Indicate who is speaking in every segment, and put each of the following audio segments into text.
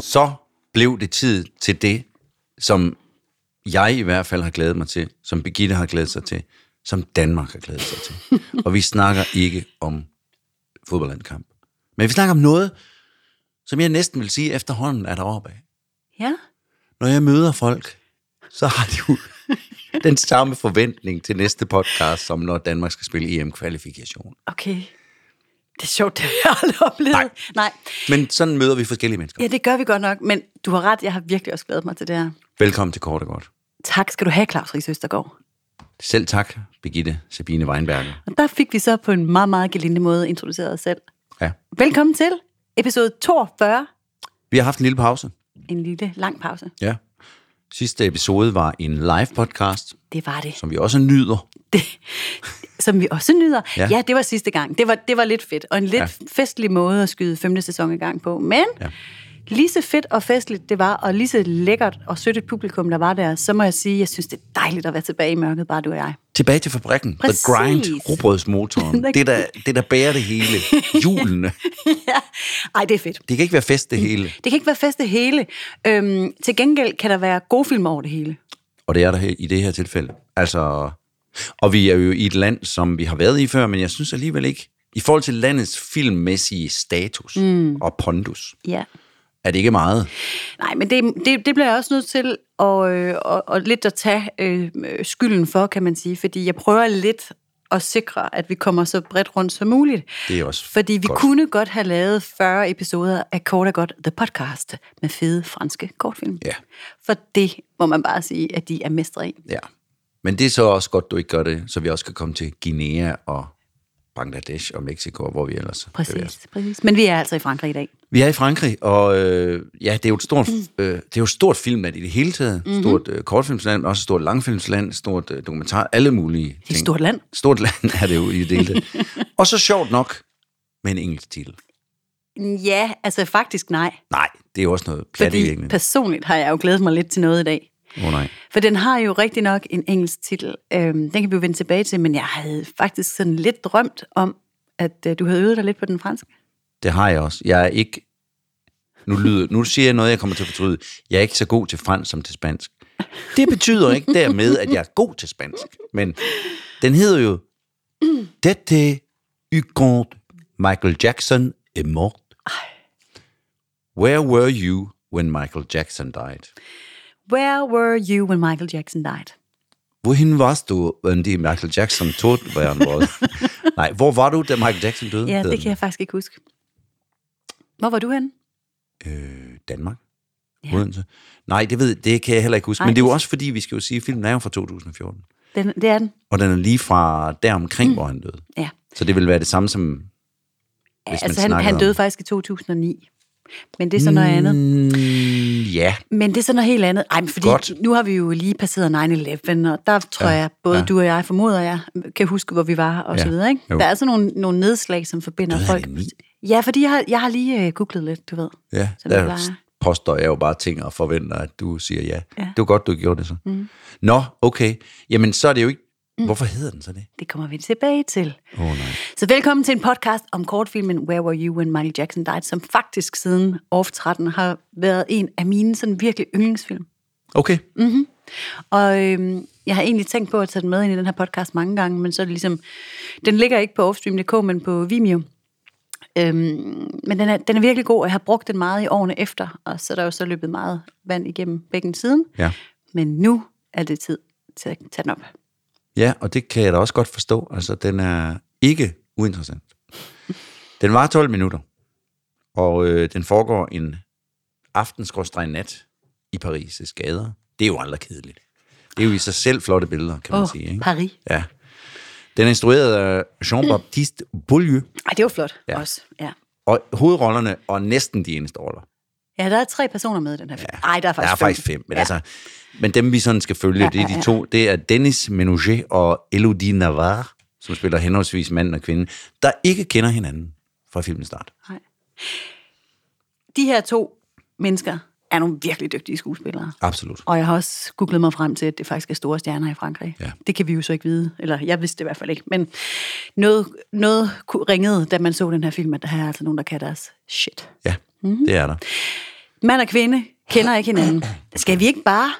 Speaker 1: så blev det tid til det, som jeg i hvert fald har glædet mig til, som Birgitte har glædet sig til, som Danmark har glædet sig til. Og vi snakker ikke om fodboldlandkamp. Men vi snakker om noget, som jeg næsten vil sige, efterhånden er der op af.
Speaker 2: Ja.
Speaker 1: Når jeg møder folk, så har de jo den samme forventning til næste podcast, som når Danmark skal spille EM-kvalifikation.
Speaker 2: Okay. Det er sjovt, det har jeg aldrig oplevet.
Speaker 1: Nej.
Speaker 2: Nej.
Speaker 1: Men sådan møder vi forskellige mennesker.
Speaker 2: Ja, det gør vi godt nok, men du har ret, jeg har virkelig også glædet mig til det her.
Speaker 1: Velkommen til Kort og Godt.
Speaker 2: Tak skal du have, Claus Ries Østergaard.
Speaker 1: Selv tak, Birgitte Sabine Weinberger.
Speaker 2: Og der fik vi så på en meget, meget gelinde måde introduceret os selv.
Speaker 1: Ja.
Speaker 2: Velkommen til episode 42.
Speaker 1: Vi har haft en lille pause.
Speaker 2: En lille lang pause.
Speaker 1: Ja. Sidste episode var en live podcast,
Speaker 2: Det var det.
Speaker 1: som vi også nyder.
Speaker 2: Som vi også nyder. Ja,
Speaker 1: Ja.
Speaker 2: ja det var sidste gang. Det var, det var lidt fedt. Og en lidt ja. festlig måde at skyde femte sæson i gang på. Men ja.
Speaker 1: Ja.
Speaker 2: lige så fedt og festligt det var, og lige så lækkert og sødt et publikum, der var der, så må jeg sige, jeg synes, det er dejligt at være tilbage i mørket, bare du og jeg.
Speaker 1: Tilbage til fabrikken.
Speaker 2: Præcis.
Speaker 1: The grind, robrødsmotoren.
Speaker 2: The-
Speaker 1: det, der, det, der bærer det hele. Hjulene.
Speaker 2: ja. Ej, det er fedt.
Speaker 1: Det kan ikke være fest, det hele.
Speaker 2: Det kan ikke være fest det hele. Øhm, til gengæld kan der være gode film over det hele.
Speaker 1: Og det er der her, i det her tilfælde. Altså, og vi er jo i et land, som vi har været i før, men jeg synes alligevel ikke, i forhold til landets filmmæssige status mm. og pondus,
Speaker 2: Ja.
Speaker 1: er det ikke meget.
Speaker 2: Nej, men det, det, det bliver jeg også nødt til at, øh, og, og lidt at tage øh, øh, skylden for, kan man sige. Fordi jeg prøver lidt at sikre, at vi kommer så bredt rundt som muligt.
Speaker 1: Det er også
Speaker 2: Fordi vi
Speaker 1: godt.
Speaker 2: kunne godt have lavet 40 episoder af Kort og Godt The Podcast med fede franske kortfilm.
Speaker 1: Ja.
Speaker 2: For det må man bare sige, at de er mestre i.
Speaker 1: Ja. Men det er så også godt, du ikke gør det, så vi også kan komme til Guinea og Bangladesh og Mexico, og hvor vi ellers bevæger os.
Speaker 2: Præcis, præcis. Men vi er altså i Frankrig i dag.
Speaker 1: Vi er i Frankrig, og øh, ja, det er jo et stort,
Speaker 2: Mm.
Speaker 1: øh, det er jo et stort filmland i det hele taget.
Speaker 2: Mhm.
Speaker 1: Mm-hmm. Stort øh, kortfilmsland, men også et stort langfilmsland, stort øh, dokumentar, alle mulige ting.
Speaker 2: Det er et stort land.
Speaker 1: Stort land er det jo i det hele taget. og så sjovt nok med en engelsk titel.
Speaker 2: Ja, altså faktisk nej.
Speaker 1: Nej, det er jo også noget plat i
Speaker 2: Fordi
Speaker 1: virkelig.
Speaker 2: personligt har jeg jo glædet mig lidt til noget i dag.
Speaker 1: Åh oh, nej.
Speaker 2: For den har jo rigtig nok en engelsk titel. Øhm, den kan vi jo vende tilbage til, men jeg havde faktisk sådan lidt drømt om, at øh, du havde øvet dig lidt på den franske.
Speaker 1: Det har jeg også. Jeg er ikke... Nu, lyder, nu siger jeg noget, jeg kommer til at fortryde. Jeg er ikke så god til fransk som til spansk. Det betyder ikke dermed, at jeg er god til spansk. Men den hedder jo... Dette Ugonde Michael Jackson er mort. Where were you when Michael Jackson died?
Speaker 2: Where were you when Michael Jackson died?
Speaker 1: Hvorhen var du, when de Michael Jackson tot var Nej, hvor var du, da Michael Jackson døde?
Speaker 2: Ja,
Speaker 1: hedder
Speaker 2: det kan jeg faktisk ikke huske. Hvor var du henne?
Speaker 1: øh, Danmark. Ja. Odense. Nej, det, ved, det kan jeg heller ikke huske. Nej. Men det er jo også fordi, vi skal jo sige, at filmen er jo fra 2014.
Speaker 2: Den, det er den.
Speaker 1: Og den er lige fra der omkring, mm. hvor han døde.
Speaker 2: Ja.
Speaker 1: Så det vil være det samme som... Hvis
Speaker 2: altså,
Speaker 1: man
Speaker 2: han, han
Speaker 1: snakkede
Speaker 2: døde
Speaker 1: om- Hmm.
Speaker 2: faktisk i 2009. Men det er så noget mm. andet.
Speaker 1: Mm, ja,
Speaker 2: Men det er så noget helt andet. Ej, men fordi Godt.
Speaker 1: Godt.
Speaker 2: nu har vi jo lige passeret 9-11, og der tror ja, jeg, både ja. du og jeg, formoder jeg, kan huske, hvor vi var og ja, så
Speaker 1: Ja,
Speaker 2: videre. Ikke?
Speaker 1: jo.
Speaker 2: Der er sådan nogle, nogle nedslag, som forbinder
Speaker 1: Døde han
Speaker 2: folk.
Speaker 1: af ni?
Speaker 2: Ja, fordi jeg har, jeg har lige øh, googlet lidt, du ved.
Speaker 1: ja.
Speaker 2: Som det
Speaker 1: der
Speaker 2: plejer.
Speaker 1: påstår jeg jo bare ting og forventer, at du siger ja.
Speaker 2: Ja.
Speaker 1: ja. Det var godt, du gjorde det så. Mm. Nå, okay. Jamen, så er det jo ikke... Mm. Hvorfor hedder den så det?
Speaker 2: Det kommer vi tilbage til.
Speaker 1: Åh, oh, nej.
Speaker 2: Så velkommen til en podcast om kortfilmen Where Were You When Michael Jackson Died, som faktisk siden Off 13 har været en af mine sådan virkelig yndlingsfilm.
Speaker 1: Okay. Mm.
Speaker 2: Og øhm, jeg har egentlig tænkt på at tage den med ind i den her podcast mange gange, men så er det ligesom... Den ligger ikke på offstream.dk, men på Vimeo. Øhm, men den er, den er virkelig god, og jeg har brugt den meget i årene efter, og så er der jo så løbet meget vand igennem bækken siden.
Speaker 1: Ja.
Speaker 2: Men nu er det tid til at tage den op.
Speaker 1: Ja, og det kan jeg da også godt forstå. Altså, den er ikke uinteressant. Den var 12 minutter, og øh, den foregår en aftenskråstreg nat i Paris' gader. Det er jo aldrig kedeligt. Det er jo i sig selv flotte billeder, kan man
Speaker 2: Åh,
Speaker 1: sige. Ikke?
Speaker 2: Paris.
Speaker 1: Ja. Den er instrueret af Jean-Baptiste Boulieu,
Speaker 2: Ej, det var flot ja.
Speaker 1: Ja.
Speaker 2: også. Ja.
Speaker 1: og hovedrollerne og næsten de eneste roller.
Speaker 2: ja, der er tre personer med i den her film. Nej, ja. der
Speaker 1: Der
Speaker 2: er faktisk
Speaker 1: er faktisk fem, men, ja. altså, men dem vi sådan skal følge,
Speaker 2: Ja,
Speaker 1: ja, det er
Speaker 2: ja, ja.
Speaker 1: de to. Det er Dennis Menouget og Elodie Navarre, som spiller henholdsvis mand og kvinde, der ikke kender hinanden fra filmens start.
Speaker 2: Nej. De her to mennesker er nogle virkelig dygtige skuespillere.
Speaker 1: Absolut.
Speaker 2: Og jeg har også googlet mig frem til, at det faktisk er store stjerner i Frankrig.
Speaker 1: Ja.
Speaker 2: Det kan vi jo så ikke vide, eller jeg vidste det i hvert fald ikke. Men noget, noget ku- ringede, da man så den her film, at der er altså nogen, der kan deres shit.
Speaker 1: Ja, mm-hmm. det er der.
Speaker 2: Mand og kvinde kender ikke hinanden. Skal vi ikke bare?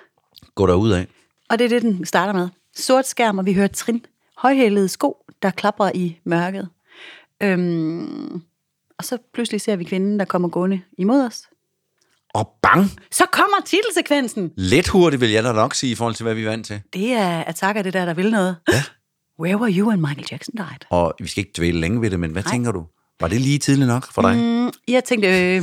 Speaker 1: Gå derud af.
Speaker 2: Og det er det, den starter med. Sort skærm, og vi hører trin. Højhælede sko, der klapper i mørket. Øhm, og så pludselig ser vi kvinden, der kommer gående imod os.
Speaker 1: Og bang!
Speaker 2: Så kommer titelsekvensen.
Speaker 1: Lidt hurtigt, vil jeg da nok sige, i forhold til, hvad vi er vant til.
Speaker 2: Det er attacker, det der, der vil noget. Ja. Where were you when Michael Jackson died?
Speaker 1: Og vi skal ikke dvæle længe ved det, men hvad Nej. tænker du? Var det lige tidligt nok for dig? Mm.
Speaker 2: Jeg tænkte, øh,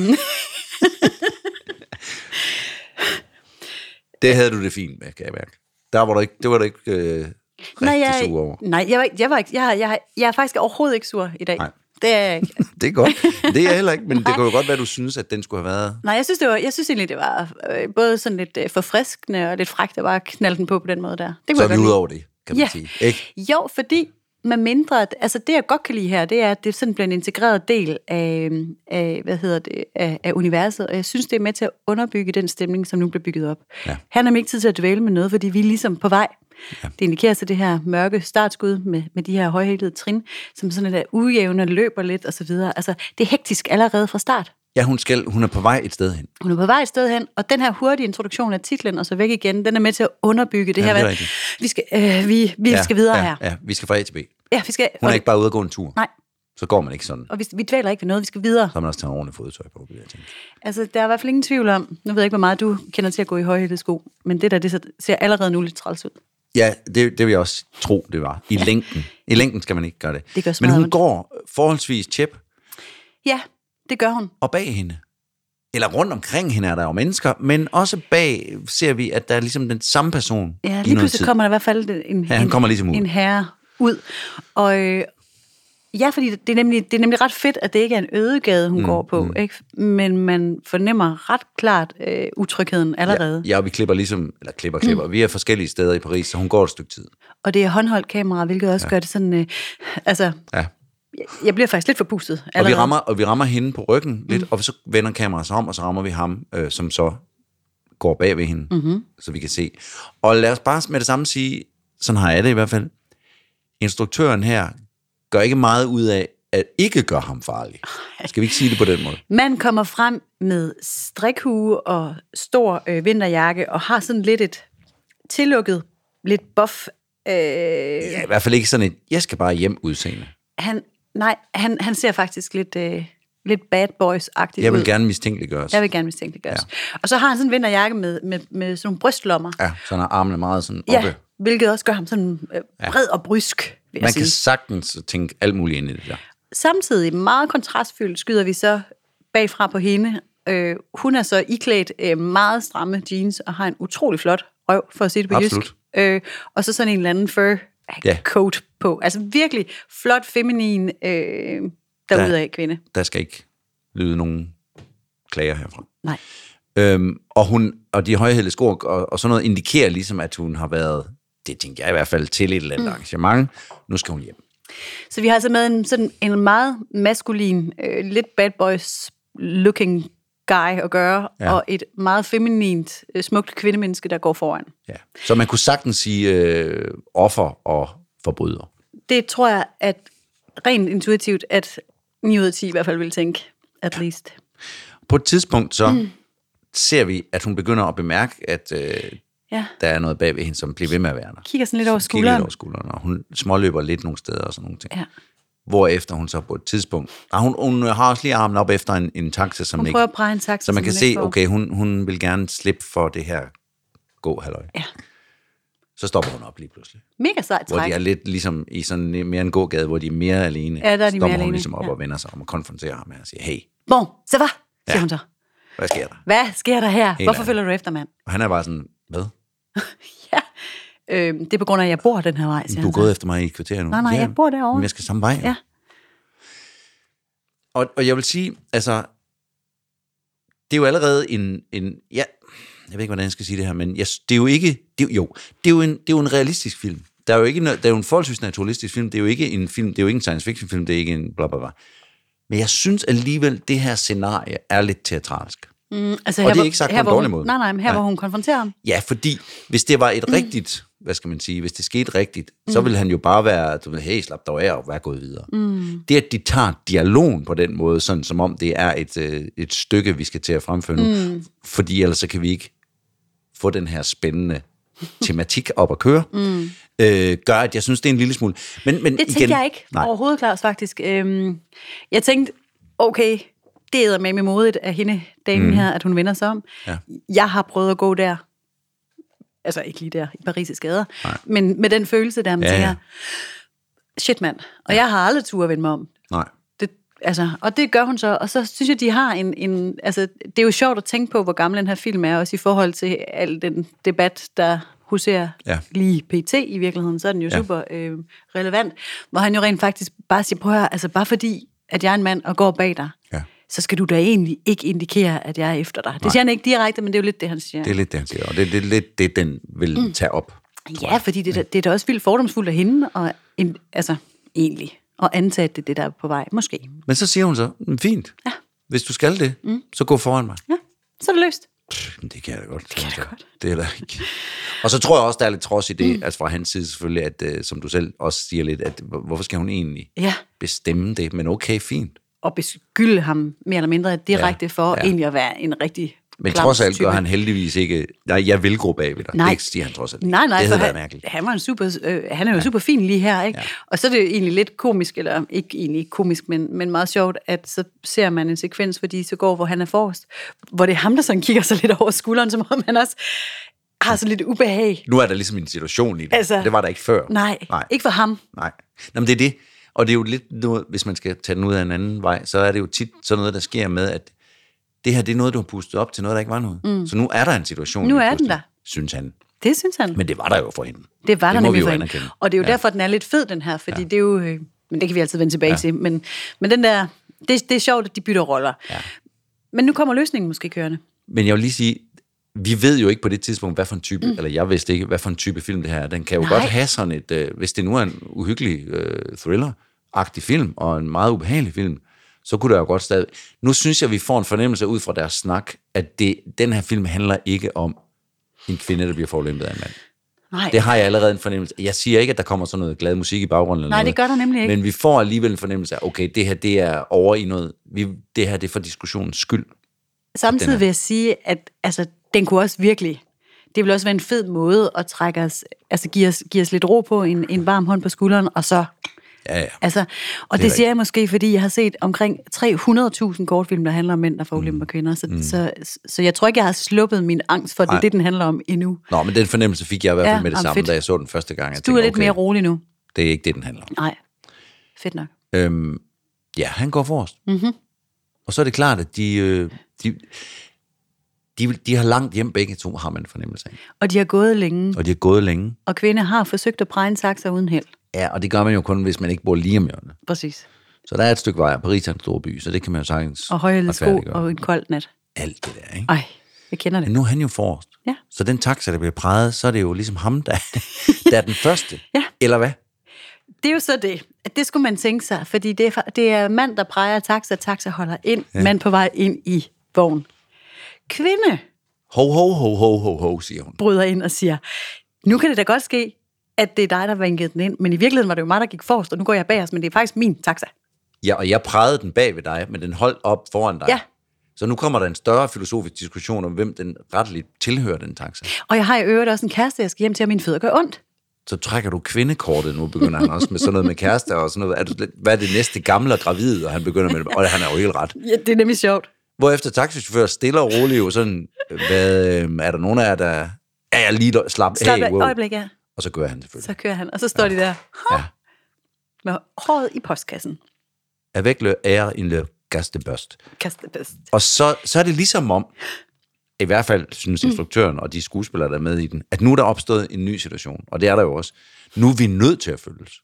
Speaker 1: Det havde du det fint med, kan jeg mærke. Der var du ikke, det var du ikke øh, rigtig
Speaker 2: nej,
Speaker 1: jeg,
Speaker 2: jeg,
Speaker 1: sur over.
Speaker 2: nej, jeg var ikke, jeg var ikke, jeg, har- jeg, har- jeg er faktisk overhovedet ikke sur i dag.
Speaker 1: Nej.
Speaker 2: Det er jeg ikke.
Speaker 1: Det er godt. Det er jeg heller ikke, men det kunne jo godt være, du synes, at den skulle have været...
Speaker 2: Nej, jeg synes, det var, jeg synes egentlig, det var øh, både sådan lidt øh, forfriskende og lidt fragt at bare knalde den på på den måde der. Det kunne
Speaker 1: Så
Speaker 2: jeg
Speaker 1: er vi
Speaker 2: godt
Speaker 1: ud
Speaker 2: lide.
Speaker 1: over det, kan man
Speaker 2: Ja.
Speaker 1: sige. Ikke?
Speaker 2: Jo, fordi med mindre, at- altså det jeg godt kan lide her, det er, at det sådan bliver en integreret del af, af hvad hedder det, af, af universet, og jeg synes, det er med til at underbygge den stemning, som nu bliver bygget op.
Speaker 1: Ja.
Speaker 2: Her er nemlig ikke tid til at dvæle med noget, fordi vi er ligesom på vej. Ja. Det indikerer sig det her mørke startskud med, med de her højhælede trin, som sådan lidt er ujævne, løber lidt osv. Altså, det er hektisk allerede fra start.
Speaker 1: Ja, hun, skal, hun er på vej et sted hen.
Speaker 2: Hun er på vej et sted hen, og den her hurtige introduktion af titlen, og så væk igen, den er med til at underbygge det
Speaker 1: Ja,
Speaker 2: her.
Speaker 1: det er
Speaker 2: med,
Speaker 1: rigtigt.
Speaker 2: vi skal, øh, vi, vi
Speaker 1: ja,
Speaker 2: ja, skal videre
Speaker 1: ja,
Speaker 2: her.
Speaker 1: Ja, vi skal fra A til B. Hun
Speaker 2: Ja, vi skal,
Speaker 1: er ikke bare ude og gå en tur.
Speaker 2: Nej,
Speaker 1: Så går man ikke sådan.
Speaker 2: og vi, vi dvæler ikke ved noget, vi skal videre.
Speaker 1: Så har man også taget ordentligt fodtøj på, vil jeg tænke.
Speaker 2: Altså, der er i hvert fald ingen tvivl om, nu ved jeg ikke, hvor meget du kender til at gå i højhældede sko, men det der, det ser- ser allerede nu lidt træls ud.
Speaker 1: Ja, det, det vil jeg også tro, det var. I længden. I længden skal man ikke gøre det.
Speaker 2: Det gør så
Speaker 1: Men
Speaker 2: meget
Speaker 1: hun
Speaker 2: ondt.
Speaker 1: går forholdsvis tjep,
Speaker 2: Ja, det gør hun.
Speaker 1: og bag hende. Eller rundt omkring hende er der jo mennesker, men også bag ser vi, at der er ligesom den samme person i
Speaker 2: Ja, lige
Speaker 1: noget
Speaker 2: pludselig
Speaker 1: tid.
Speaker 2: kommer der i hvert fald en,
Speaker 1: Ja, han
Speaker 2: en,
Speaker 1: kommer ligesom ud.
Speaker 2: en herre ud. Og øh, ja, fordi det er, nemlig, det er nemlig ret fedt, at det ikke er en ødegade, hun mm, går på, mm. ikke? men man fornemmer ret klart øh, utrygheden allerede. Ja.
Speaker 1: Ja, ja, vi klipper ligesom, eller klipper, klipper. Mm. Vi er forskellige steder i Paris, så hun går et stykke tid.
Speaker 2: Og det er håndholdt kamera, hvilket også ja. gør det sådan, øh, altså,
Speaker 1: Ja.
Speaker 2: jeg, jeg bliver faktisk lidt forpustet
Speaker 1: Og vi,
Speaker 2: allerede. Mm.
Speaker 1: rammer, og vi rammer hende på ryggen lidt, og så vender kameraet sig om, og så rammer vi ham, øh, som så går bag ved hende, mm-hmm. så vi kan se. Og lad os bare med det samme sige, sådan har jeg det i hvert fald, instruktøren her gør ikke meget ud af, at ikke gøre ham farlig. Skal vi ikke sige det på den måde?
Speaker 2: Mand kommer frem med strikhue og stor øh, vinterjakke og har sådan lidt et tillukket, lidt buff. Øh,
Speaker 1: Ja, i hvert fald ikke sådan et, jeg skal bare hjem udseende.
Speaker 2: han, nej, han, han ser faktisk lidt, øh, lidt bad boys-agtigt
Speaker 1: Jeg
Speaker 2: ud.
Speaker 1: vil gerne mistænkeliggøres.
Speaker 2: Mm. Jeg vil gerne mistænkeliggøres. Ja. Og så har han sådan en vinterjakke med, med, med sådan nogle brystlommer.
Speaker 1: Ja, så han har armene meget sådan oppe.
Speaker 2: Ja, hvilket også gør ham sådan øh, bred og brysk, vil
Speaker 1: Man
Speaker 2: jeg
Speaker 1: kan
Speaker 2: sige.
Speaker 1: sagtens tænke alt muligt ind i det der.
Speaker 2: Samtidig meget kontrastfyldt skyder vi så bagfra på hende. Øh, hun er så iklædt øh, meget stramme jeans og har en utrolig flot røv, for at sige det på
Speaker 1: Absolut.
Speaker 2: jysk. Øh, og så sådan en eller anden fur øh,
Speaker 1: Ja.
Speaker 2: coat på. Altså virkelig flot, feminin, øh, derudad kvinde.
Speaker 1: Der skal ikke lyde nogen klager herfra.
Speaker 2: Nej.
Speaker 1: Øhm, og, hun, og de højhældede sko og, og sådan noget indikerer ligesom, at hun har været, det tænker jeg i hvert fald, til et eller andet mm. arrangement. Nu skal hun hjem.
Speaker 2: Så vi har altså med en, sådan en meget maskulin, øh, lidt bad boys looking guy at gøre,
Speaker 1: Ja.
Speaker 2: ja. og et meget feminint, øh, smukt kvindemenneske, der går foran.
Speaker 1: Ja. Så man kunne sagtens sige øh, offer og forbryder.
Speaker 2: Det tror jeg, at rent intuitivt, at 9 ud af 10 i hvert fald vil tænke, at least.
Speaker 1: På et tidspunkt så mm. ser vi, at hun begynder at bemærke, at øh,
Speaker 2: Ja,
Speaker 1: der er noget bag ved hende, som bliver ved med at være der.
Speaker 2: kigger sådan lidt
Speaker 1: Kigger
Speaker 2: over
Speaker 1: lidt
Speaker 2: skulderen.
Speaker 1: over skulderen, og hun småløber lidt nogle steder og sådan nogle ting.
Speaker 2: Ja.
Speaker 1: Hvorefter hun så på et tidspunkt... Ah, hun, hun har også lige armen op efter en, en taxa, som
Speaker 2: Hun
Speaker 1: ikke...
Speaker 2: prøver at præge en taxa.
Speaker 1: så man
Speaker 2: som
Speaker 1: kan
Speaker 2: hun
Speaker 1: se,
Speaker 2: ikke får.
Speaker 1: okay, hun, hun vil gerne slippe for det her gå halløj.
Speaker 2: Ja.
Speaker 1: Så stopper hun op lige pludselig.
Speaker 2: Mega sejt
Speaker 1: Hvor
Speaker 2: træk.
Speaker 1: de er lidt ligesom i sådan en- mere en gågade, hvor de er mere alene.
Speaker 2: Ja, der er de
Speaker 1: stopper
Speaker 2: mere
Speaker 1: hun
Speaker 2: alene,
Speaker 1: ligesom op
Speaker 2: ja.
Speaker 1: og vender sig om og konfronterer ham med og siger, hey,
Speaker 2: Bon, så hvad? Siger
Speaker 1: Ja.
Speaker 2: hun så.
Speaker 1: hvad sker der?
Speaker 2: Hvad sker der her? Hvorfor
Speaker 1: ærligt.
Speaker 2: følger du efter, mand?
Speaker 1: Og han er bare sådan, hvad?
Speaker 2: Ja. Øhm, det er på grund af, at jeg bor den her vej, siger
Speaker 1: Du er
Speaker 2: han så.
Speaker 1: gået efter mig i et kvarter nu.
Speaker 2: Nej, nej, jeg bor derovre.
Speaker 1: Men jeg skal samme vej.
Speaker 2: Ja.
Speaker 1: Og, og jeg vil sige, altså, det er jo allerede en, en ja, jeg ved ikke, hvordan jeg skal sige det her, men jeg, det er jo ikke, det, er jo- jo, det er jo, en, det er jo en realistisk film. Der er jo ikke, noget- der er jo en forholdsvis naturalistisk film, det er jo ikke en film, det er jo ikke en science fiction film, det er ikke en bla bla bla. Men jeg synes alligevel, det her scenarie er lidt teatralsk.
Speaker 2: Mm, altså,
Speaker 1: Og det er
Speaker 2: hvor-
Speaker 1: ikke sagt på
Speaker 2: her,
Speaker 1: en
Speaker 2: hvor
Speaker 1: dårlig
Speaker 2: hun-
Speaker 1: måde.
Speaker 2: Nej, nej, men her
Speaker 1: Nej.
Speaker 2: hvor hun konfronterer ham.
Speaker 1: Ja, fordi hvis det var et rigtigt hvad skal man sige, hvis det skete rigtigt, mm. så ville han jo bare være, du ved, hey, slap dig af og vær gået videre. Mm. Det, at de tager dialogen på den måde, sådan som om det er et, øh, et stykke, vi skal til at fremføre nu, mm. fordi ellers så kan vi ikke få den her spændende tematik op at køre, mm. øh, gør, at jeg synes, det er en lille smule. Men, men
Speaker 2: Det tænkte
Speaker 1: igen,
Speaker 2: jeg ikke
Speaker 1: Nej,
Speaker 2: overhovedet, Claus, faktisk. Øhm, jeg tænkte, okay, det er med modigt af hende, damen mm. her, at hun vender sig om.
Speaker 1: Ja.
Speaker 2: Jeg har prøvet at gå der, altså ikke lige der, i Paris' gader, Nej. men med den følelse der, man
Speaker 1: Ja,
Speaker 2: ja,
Speaker 1: ja.
Speaker 2: tænker, shit mand, og jeg har aldrig tur at vende mig om.
Speaker 1: nej.
Speaker 2: Det, altså, og det gør hun så, og så synes jeg, de har en, en... Altså, det er jo sjovt at tænke på, hvor gammel den her film er, også i forhold til al den debat, der huserer
Speaker 1: Ja.
Speaker 2: ja. lige pt. i virkeligheden, så er den jo
Speaker 1: Ja.
Speaker 2: ja. super øh, relevant, hvor han jo rent faktisk bare siger, prøv at høre, altså bare fordi, at jeg er en mand og går bag dig,
Speaker 1: Ja.
Speaker 2: så skal du da egentlig ikke indikere, at jeg er efter dig. Det siger han ikke direkte, men det er jo lidt det, han siger.
Speaker 1: Det er lidt det, han siger, og det er lidt- lidt det, den vil mm. tage op.
Speaker 2: Ja, fordi det, er da- det er da også vildt fordomsfuldt af hende, og en, altså egentlig, og antage, at det er det, der er på vej. Måske.
Speaker 1: Men så siger hun så, "Mm, fint, ja. hvis du skal det, mm. så gå foran mig.
Speaker 2: Ja, så er det løst.
Speaker 1: Pff, men det kan jeg da godt. Det kan jeg da godt. Det er der ikke. Og så tror jeg også, der er lidt trods i det, mm. altså fra hans side selvfølgelig, at, øh, som du selv også siger lidt, at hvor- hvorfor skal hun egentlig
Speaker 2: Ja.
Speaker 1: bestemme det? Men okay, fint.
Speaker 2: og beskylde ham mere eller mindre direkte
Speaker 1: Ja,
Speaker 2: ja, for
Speaker 1: ja.
Speaker 2: ja. egentlig at være en rigtig
Speaker 1: Men
Speaker 2: klam
Speaker 1: trods alt
Speaker 2: type.
Speaker 1: gør han heldigvis ikke, nej, jeg vil gå bag ved dig.
Speaker 2: Nej.
Speaker 1: Det siger han trods alt. ikke.
Speaker 2: Nej, nej,
Speaker 1: det
Speaker 2: for
Speaker 1: havde været
Speaker 2: han,
Speaker 1: mærkeligt.
Speaker 2: han, var en super, øh, han er jo ja. super fin lige her, ikke? Ja. Og så er det jo egentlig lidt komisk, eller ikke egentlig ikke komisk, men, men meget sjovt, at så ser man en sekvens, hvor de så går, hvor han er forrest, hvor det er ham, der sådan kigger sig lidt over skulderen, som om han også har sådan lidt ubehag.
Speaker 1: Nu er der ligesom en situation i det.
Speaker 2: Altså-
Speaker 1: det var der ikke før.
Speaker 2: Nej,
Speaker 1: nej.
Speaker 2: nej. ikke for ham.
Speaker 1: Nej. Nå, men det er det. Og det er jo lidt noget, hvis man skal tage den ud af en anden vej, så er det jo tit sådan noget, der sker med, at det her, det er noget, du har pustet op til noget, der ikke var noget. Mm. Så nu er der en situation.
Speaker 2: Nu
Speaker 1: lige
Speaker 2: er den
Speaker 1: pludselig,
Speaker 2: der.
Speaker 1: Synes han.
Speaker 2: Det synes han.
Speaker 1: Men det var der jo for hende.
Speaker 2: Det var
Speaker 1: det
Speaker 2: der
Speaker 1: må
Speaker 2: nemlig
Speaker 1: vi jo
Speaker 2: for hende.
Speaker 1: anerkende.
Speaker 2: Og det er jo ja. derfor, den er lidt fed, den her, fordi ja. det er jo... Øh, men det kan vi altid vende tilbage ja. til. Men, men den der... Det, det er sjovt, at de bytter roller. Ja. Men nu kommer løsningen måske kørende.
Speaker 1: Men jeg vil lige sige, vi ved jo ikke på det tidspunkt, hvad for en type, mm. eller jeg vidste ikke, hvad for en type film det her er. Den kan jo
Speaker 2: Nej.
Speaker 1: godt have sådan et, øh, hvis det nu er en uhyggelig øh, thriller-agtig film, og en meget ubehagelig film, så kunne der jo godt stadig... Nu synes jeg, vi får en fornemmelse ud fra deres snak, at det, den her film handler ikke om en kvinde, der bliver forlæmpet af en mand.
Speaker 2: Nej,
Speaker 1: Det har jeg allerede en fornemmelse af. Jeg siger ikke, at der kommer sådan noget glad musik i baggrunden. Eller
Speaker 2: Nej,
Speaker 1: noget,
Speaker 2: det gør der nemlig ikke.
Speaker 1: Men vi får alligevel en fornemmelse af, okay, det her det er over i noget... Vi, det her det er for diskussionens skyld. den er-
Speaker 2: samtidig vil jeg sige, at altså, den kunne også virkelig... Det ville også være en fed måde at trække os, altså give os, give os lidt ro på, en, en varm hånd på skulderen, og så...
Speaker 1: Ja, ja.
Speaker 2: Altså, og det,
Speaker 1: rigtigt.
Speaker 2: det siger jeg måske, fordi jeg har set omkring 300.000 kortfilm, der handler om mænd, der forulemper mm. kvinder. Så, mm. så, så, så jeg tror ikke, jeg har sluppet min angst for, at det
Speaker 1: Nej.
Speaker 2: er det, den handler om endnu.
Speaker 1: Nå, men den fornemmelse fik jeg i hvert fald ja,
Speaker 2: Ja,
Speaker 1: med det
Speaker 2: jamen
Speaker 1: samme, fedt.
Speaker 2: fedt.
Speaker 1: da jeg så den første gang. Jeg
Speaker 2: Du er lidt mere
Speaker 1: okay,
Speaker 2: rolig nu.
Speaker 1: det er ikke det, den handler om.
Speaker 2: Nej. Fedt nok.
Speaker 1: Øhm, ja, han går forrest. Mm-hmm.
Speaker 2: Mhm.
Speaker 1: Og så er det klart, at de, øh, de, de, de har langt hjem begge to, har man en fornemmelse af.
Speaker 2: Og de har gået længe,
Speaker 1: Og de har gået længe.
Speaker 2: og kvinder har forsøgt at præge en taxa uden held.
Speaker 1: Ja, og det gør man jo kun, hvis man ikke bor lige om hjørnet.
Speaker 2: Præcis.
Speaker 1: Så der er et stykke vej, og Paris er en stor by, så det kan man jo sagtens...
Speaker 2: Og højhældet sko
Speaker 1: retfærdiggøre.
Speaker 2: og en kold nat.
Speaker 1: Alt det der, ikke?
Speaker 2: Ej, jeg kender
Speaker 1: Men
Speaker 2: det.
Speaker 1: nu er han jo forrest.
Speaker 2: Ja.
Speaker 1: Så den taxa, der bliver præget, så er det jo ligesom ham, der, der er den første.
Speaker 2: Ja.
Speaker 1: Eller hvad?
Speaker 2: Det er jo så det. At Det skulle man tænke sig, fordi det er, fa- det er mand, der præger taxa, taxa holder ind, ja. mand på vej ind i vogn. Kvinde
Speaker 1: Ho, ho, ho, ho, ho, ho, siger hun.
Speaker 2: bryder ind og siger, nu kan det da godt ske, at det er dig, der vinkede den ind, men i virkeligheden var det jo mig, der gik forrest, og nu går jeg bagerst, men det er faktisk min taxa.
Speaker 1: Ja, og jeg prægede den bag ved dig, men den holdt op foran dig.
Speaker 2: Ja.
Speaker 1: Så nu kommer der en større filosofisk diskussion om, hvem den retteligt tilhører den taxa.
Speaker 2: Og jeg har i øvrigt også en kæreste, jeg skal hjem til, og mine fødder gør ondt.
Speaker 1: Så trækker du kvindekortet nu, begynder han også med sådan noget med kærester og sådan noget. Er du, slet- hvad er det næste gamle og gravid, og han begynder med det. Og han er jo helt ret.
Speaker 2: Ja, det er nemlig sjovt.
Speaker 1: Hvorefter taxichauffører stille og roligt jo sådan, hvad, øhm, er der nogen af jer, der er jeg lige der- slap,
Speaker 2: Slap
Speaker 1: hey,
Speaker 2: af,
Speaker 1: wow.
Speaker 2: øjeblik, ja.
Speaker 1: Og så gør han selvfølgelig.
Speaker 2: Så kører han, og så står ja. de der ha,
Speaker 1: Ja.
Speaker 2: med håret i postkassen.
Speaker 1: Avec le air in le gastebørst.
Speaker 2: Kast det bedst.
Speaker 1: Og så, så er det ligesom om, i hvert fald
Speaker 2: Mm.
Speaker 1: synes instruktøren og de skuespillere, der er med i den, at nu er der opstået en ny situation, og det er der jo også. Nu er vi nødt til at følges.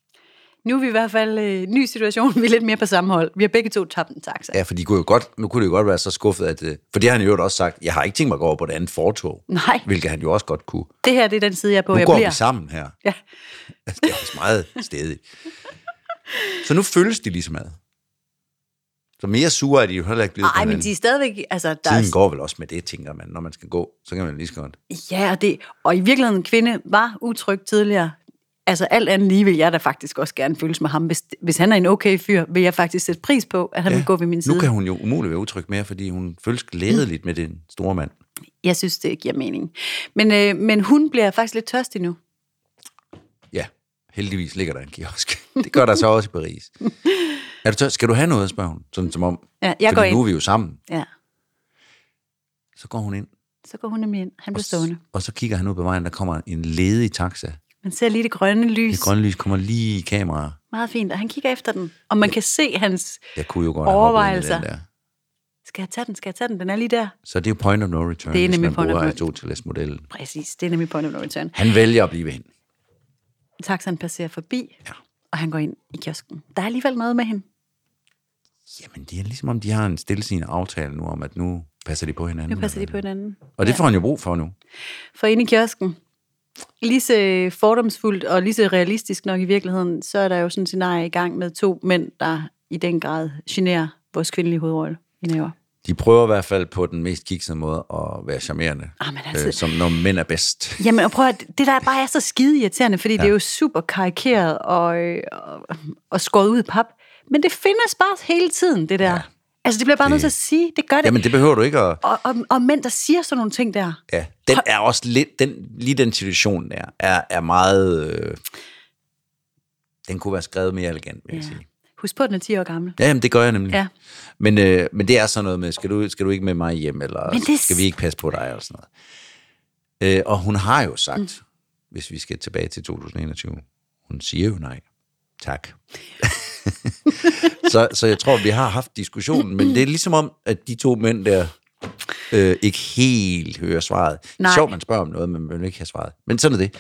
Speaker 2: Nu er vi i hvert fald øh, ny situation. Vi er lidt mere på samme hold. Vi har begge to tabt en taxa. Ja.
Speaker 1: Ja, for de kunne jo godt, nu kunne det jo godt være så skuffet, at, øh, for det har han jo også sagt, jeg har ikke tænkt mig at gå over på det andet fortog,
Speaker 2: Nej.
Speaker 1: hvilket han jo også godt kunne.
Speaker 2: Det her det er den side, jeg er på.
Speaker 1: Nu
Speaker 2: jeg
Speaker 1: går
Speaker 2: bliver.
Speaker 1: vi sammen her.
Speaker 2: Ja.
Speaker 1: Altså, det er også meget stedigt. Så nu følges de ligesom ad. Så Så mere sure er de jo heller ikke blevet. på
Speaker 2: Nej, men
Speaker 1: hinanden.
Speaker 2: de er stadigvæk... Altså, der
Speaker 1: Tiden
Speaker 2: er,
Speaker 1: går vel også med det, tænker man, når man skal gå. Så kan man lige så godt.
Speaker 2: ja, og, det, og i virkeligheden, kvinde var utryg tidligere. Altså alt andet lige vil jeg da faktisk også gerne føles med ham. Hvis, hvis han er en okay fyr, vil jeg faktisk sætte pris på, at han ja, vil gå ved min side.
Speaker 1: Nu kan hun jo umuligt være utryg mere, fordi hun føles glædeligt med den store mand.
Speaker 2: Jeg synes, det giver mening. Men, øh, men hun bliver faktisk lidt tørstig nu.
Speaker 1: Ja, heldigvis ligger der en kiosk. Det gør der så også i Paris. Er du tør? Skal du have noget, spørger hun. Sådan som om,
Speaker 2: Ja, jeg
Speaker 1: fordi
Speaker 2: går
Speaker 1: nu
Speaker 2: ind.
Speaker 1: er vi jo sammen.
Speaker 2: Ja,
Speaker 1: Så går hun ind,
Speaker 2: så går hun nemlig ind. Han bliver stående.
Speaker 1: og så kigger han ud på vejen, der kommer en ledig taxa.
Speaker 2: Man ser lige det grønne lys.
Speaker 1: Det grønne lys kommer lige i kameraet.
Speaker 2: Meget fint, og han kigger efter den. Og man kan se hans...
Speaker 1: Jeg kunne jo godt have hoppet ind i den
Speaker 2: Overvejelser.
Speaker 1: der.
Speaker 2: Skal jeg tage den? Skal jeg tage den? Den er lige der.
Speaker 1: Så det er jo point of no return,
Speaker 2: Det er
Speaker 1: hvis
Speaker 2: nemlig
Speaker 1: man
Speaker 2: point of
Speaker 1: bruger
Speaker 2: no-
Speaker 1: Aristoteles-modellen.
Speaker 2: Præcis, det er nemlig point of no return.
Speaker 1: Han vælger at blive ved hende.
Speaker 2: Taxaen passerer forbi,
Speaker 1: Ja.
Speaker 2: og han går ind i kiosken. Der er alligevel noget med hende.
Speaker 1: Jamen, det er ligesom om, de har en stillesigende aftale nu om, at nu passer de på hinanden.
Speaker 2: Nu passer de på hinanden.
Speaker 1: Og det får han jo brug for nu.
Speaker 2: For inde i kiosken, lige så fordomsfuldt og lige så realistisk nok i virkeligheden, så er der jo sådan et scenarie i gang med to mænd, der i den grad generer vores kvindelige hovedrolle i næver.
Speaker 1: De prøver i hvert fald på den mest kiksede måde at være charmerende.
Speaker 2: Ah, men altså-
Speaker 1: øh, som når mænd er bedst.
Speaker 2: Jamen, og prøv at, det der bare er så skide irriterende, fordi ja. det er jo super karikeret og, øh, og, og skåret ud i pap. Men det findes bare hele tiden, det der. Ja. Altså, det bliver bare det... nødt til at sige, det gør det.
Speaker 1: Jamen, det behøver du ikke at...
Speaker 2: Og, og, og mænd, der siger sådan nogle ting der.
Speaker 1: Ja, den er også lidt... Den, lige den situation der er, er meget... Øh, den kunne være skrevet mere elegant, vil jeg
Speaker 2: Ja.
Speaker 1: sige.
Speaker 2: Husk på, at den er 10 år gammel.
Speaker 1: Ja, jamen, det gør jeg nemlig.
Speaker 2: Ja.
Speaker 1: Men, øh, men det er sådan noget med, skal du, skal du ikke med mig hjem, eller
Speaker 2: Men det-
Speaker 1: skal vi ikke passe på dig, eller sådan noget. Øh, og hun har jo sagt, mm. hvis vi skal tilbage til 2021, hun siger jo nej. Tak. så, så jeg tror, vi har haft diskussionen, men det er ligesom om, at de to mænd der øh, ikke helt hører svaret. Det
Speaker 2: Nej.
Speaker 1: er sjovt, man spørger om noget, men man vil ikke have svaret. Men sådan er det.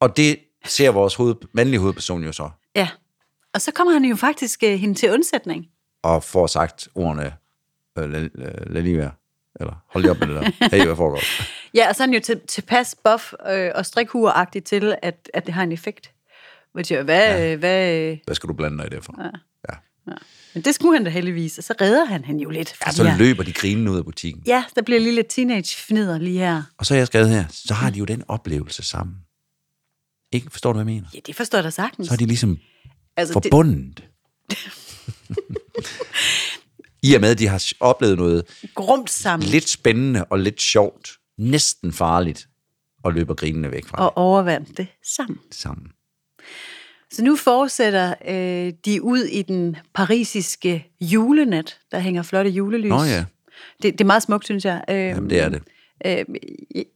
Speaker 1: Og det ser vores hoved, mandlige hovedperson jo så,
Speaker 2: Ja. Og så kommer han jo faktisk øh, hende til undsætning.
Speaker 1: og får sagt ordene, øh, lad, øh, lad lige være, eller hold lige op med det der, hey, hvad foregår der?
Speaker 2: Ja, og så er han jo til, tilpas buff øh, og strikhueragtig til, at, at det har en effekt. Hvor de siger, hvad, ja. hvad, øh,
Speaker 1: Hvad skal du blande dig i det for? Ja. ja.
Speaker 2: men det skulle han da heldigvis, og så redder han hende jo lidt.
Speaker 1: ja
Speaker 2: fordi
Speaker 1: så
Speaker 2: her-
Speaker 1: løber de grinende ud af butikken.
Speaker 2: Ja, der bliver lige lidt teenage-fnider lige her.
Speaker 1: Og så er jeg skrevet her, så har de jo den oplevelse sammen. Ikke forstår du, hvad jeg mener?
Speaker 2: Ja, det forstår jeg da sagtens.
Speaker 1: Så er de ligesom
Speaker 2: altså, det,
Speaker 1: forbundet. I og med, at de har oplevet noget
Speaker 2: grumt sammen
Speaker 1: lidt spændende og lidt sjovt, næsten farligt, og løber grinende væk fra
Speaker 2: og overvandt det sammen.
Speaker 1: det sammen.
Speaker 2: Så nu fortsætter øh, de ud i den parisiske julenat, der hænger flotte julelys.
Speaker 1: Nå ja.
Speaker 2: Det, det er meget smukt, synes jeg. Øh, Jamen,
Speaker 1: det er det.
Speaker 2: Øh,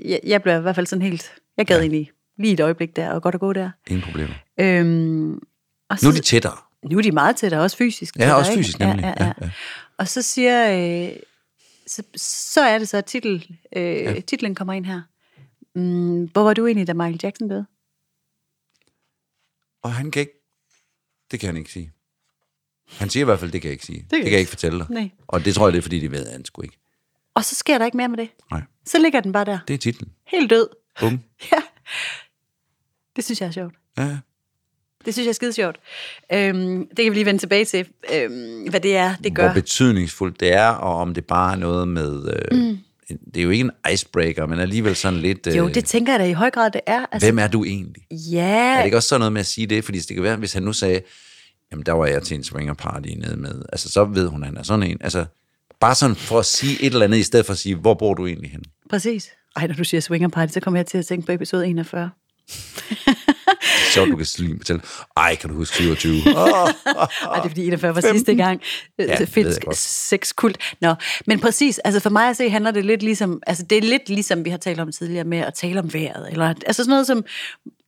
Speaker 2: jeg, jeg blev i hvert fald sådan helt... Jeg gad ja. egentlig lige et øjeblik der, og godt at gå der.
Speaker 1: Ingen problemer.
Speaker 2: Øh, og så,
Speaker 1: Nu er de tættere.
Speaker 2: nu er de meget tættere, også fysisk.
Speaker 1: Ja,
Speaker 2: tættere,
Speaker 1: også
Speaker 2: ikke?
Speaker 1: fysisk, nemlig.
Speaker 2: Ja, ja, ja.
Speaker 1: Ja, ja.
Speaker 2: Og så siger... Øh, så, så er det så, at titel, øh, ja. titlen kommer ind her. Mm, hvor var du egentlig, da Michael Jackson døde?
Speaker 1: Og han kan ikke... Det kan han ikke sige. Han siger i hvert fald, det kan jeg ikke sige. Det kan, det kan jeg ikke fortælle dig.
Speaker 2: Nej.
Speaker 1: Og det tror jeg, det er, fordi de ved, at han sgu ikke.
Speaker 2: Og så sker der ikke mere med det.
Speaker 1: Nej,
Speaker 2: Så ligger den bare der.
Speaker 1: det er titlen.
Speaker 2: Helt død.
Speaker 1: Bum.
Speaker 2: Ja. Det synes jeg er sjovt.
Speaker 1: Ja.
Speaker 2: Det synes jeg er skide sjovt. Øhm, det kan vi lige vende tilbage til, øhm, hvad det er, det gør.
Speaker 1: Hvor betydningsfuldt det er, og om det bare er noget med... Øh, mm. Det er jo ikke en icebreaker, men alligevel sådan lidt... Øh,
Speaker 2: Jo, det tænker jeg da i høj grad, det er. Altså,
Speaker 1: Hvem er du egentlig? Er det
Speaker 2: ja,
Speaker 1: ikke også sådan noget med at sige det? Fordi det kan være, hvis han nu sagde, jamen der var jeg til en swingerparty nede med... Altså, så ved hun, at han er sådan en. Altså, bare sådan for at sige et eller andet, i stedet for at sige, hvor bor du egentlig henne?
Speaker 2: præcis. Ej, når du siger swinger party, så kommer jeg til at tænke på episode 41.
Speaker 1: Sjovt, du kan slim fortælle. Ej, kan du huske 27? Åh,
Speaker 2: Ej, det er fordi 41 var sidste gang. Øh,
Speaker 1: det
Speaker 2: Ja,
Speaker 1: ved
Speaker 2: finsk
Speaker 1: jeg godt.
Speaker 2: sexkult. Nå, men præcis, altså for mig at se, handler det lidt ligesom, altså det er lidt ligesom, vi har talt om tidligere med at tale om vejret, eller altså sådan noget som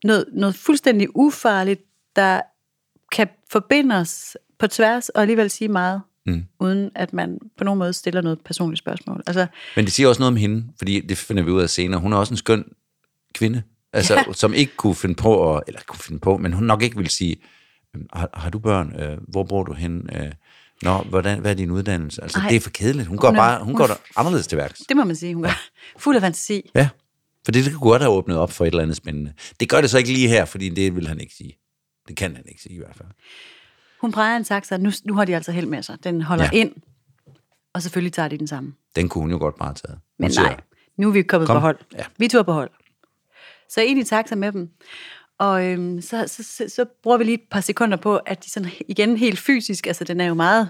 Speaker 2: noget, noget fuldstændig ufarligt, der kan forbinde os på tværs og alligevel sige meget, mm. uden at man på nogen måde stiller noget personligt spørgsmål. Altså,
Speaker 1: Men det siger også noget om hende, fordi det finder vi ud af senere. Hun er også en skøn kvinde, altså, ja. som ikke kunne finde på, at, eller kunne finde på, men hun nok ikke vil sige, "Øhm, har, har du børn? Øh, Hvor bor du henne? Øh, Nå, hvordan, hvad er din uddannelse? Altså,
Speaker 2: Ej.
Speaker 1: det er for kedeligt. Hun går,
Speaker 2: Hun er-
Speaker 1: bare, hun
Speaker 2: hun
Speaker 1: går
Speaker 2: er-
Speaker 1: der anderledes til værks.
Speaker 2: det må man sige, hun gør. Fuld af fantasi.
Speaker 1: Ja, for det kunne godt have åbnet op for et eller andet spændende. Det gør det så ikke lige her, fordi det vil han ikke sige. Det kan han ikke sige i hvert fald.
Speaker 2: Hun peger en saks, og nu, nu har de altså held med sig. Den holder
Speaker 1: Ja.
Speaker 2: ja. ind, og selvfølgelig tager de den samme.
Speaker 1: Den kunne hun jo godt bare have taget. Hun
Speaker 2: Men
Speaker 1: siger,
Speaker 2: nej, nu er vi kommet
Speaker 1: Kom.
Speaker 2: på hold.
Speaker 1: Ja.
Speaker 2: Vi tog på hold. Så ind i taxa med dem. Og øhm, så, så, så, så bruger vi lige et par sekunder på, at de sådan igen helt fysisk, altså den er jo meget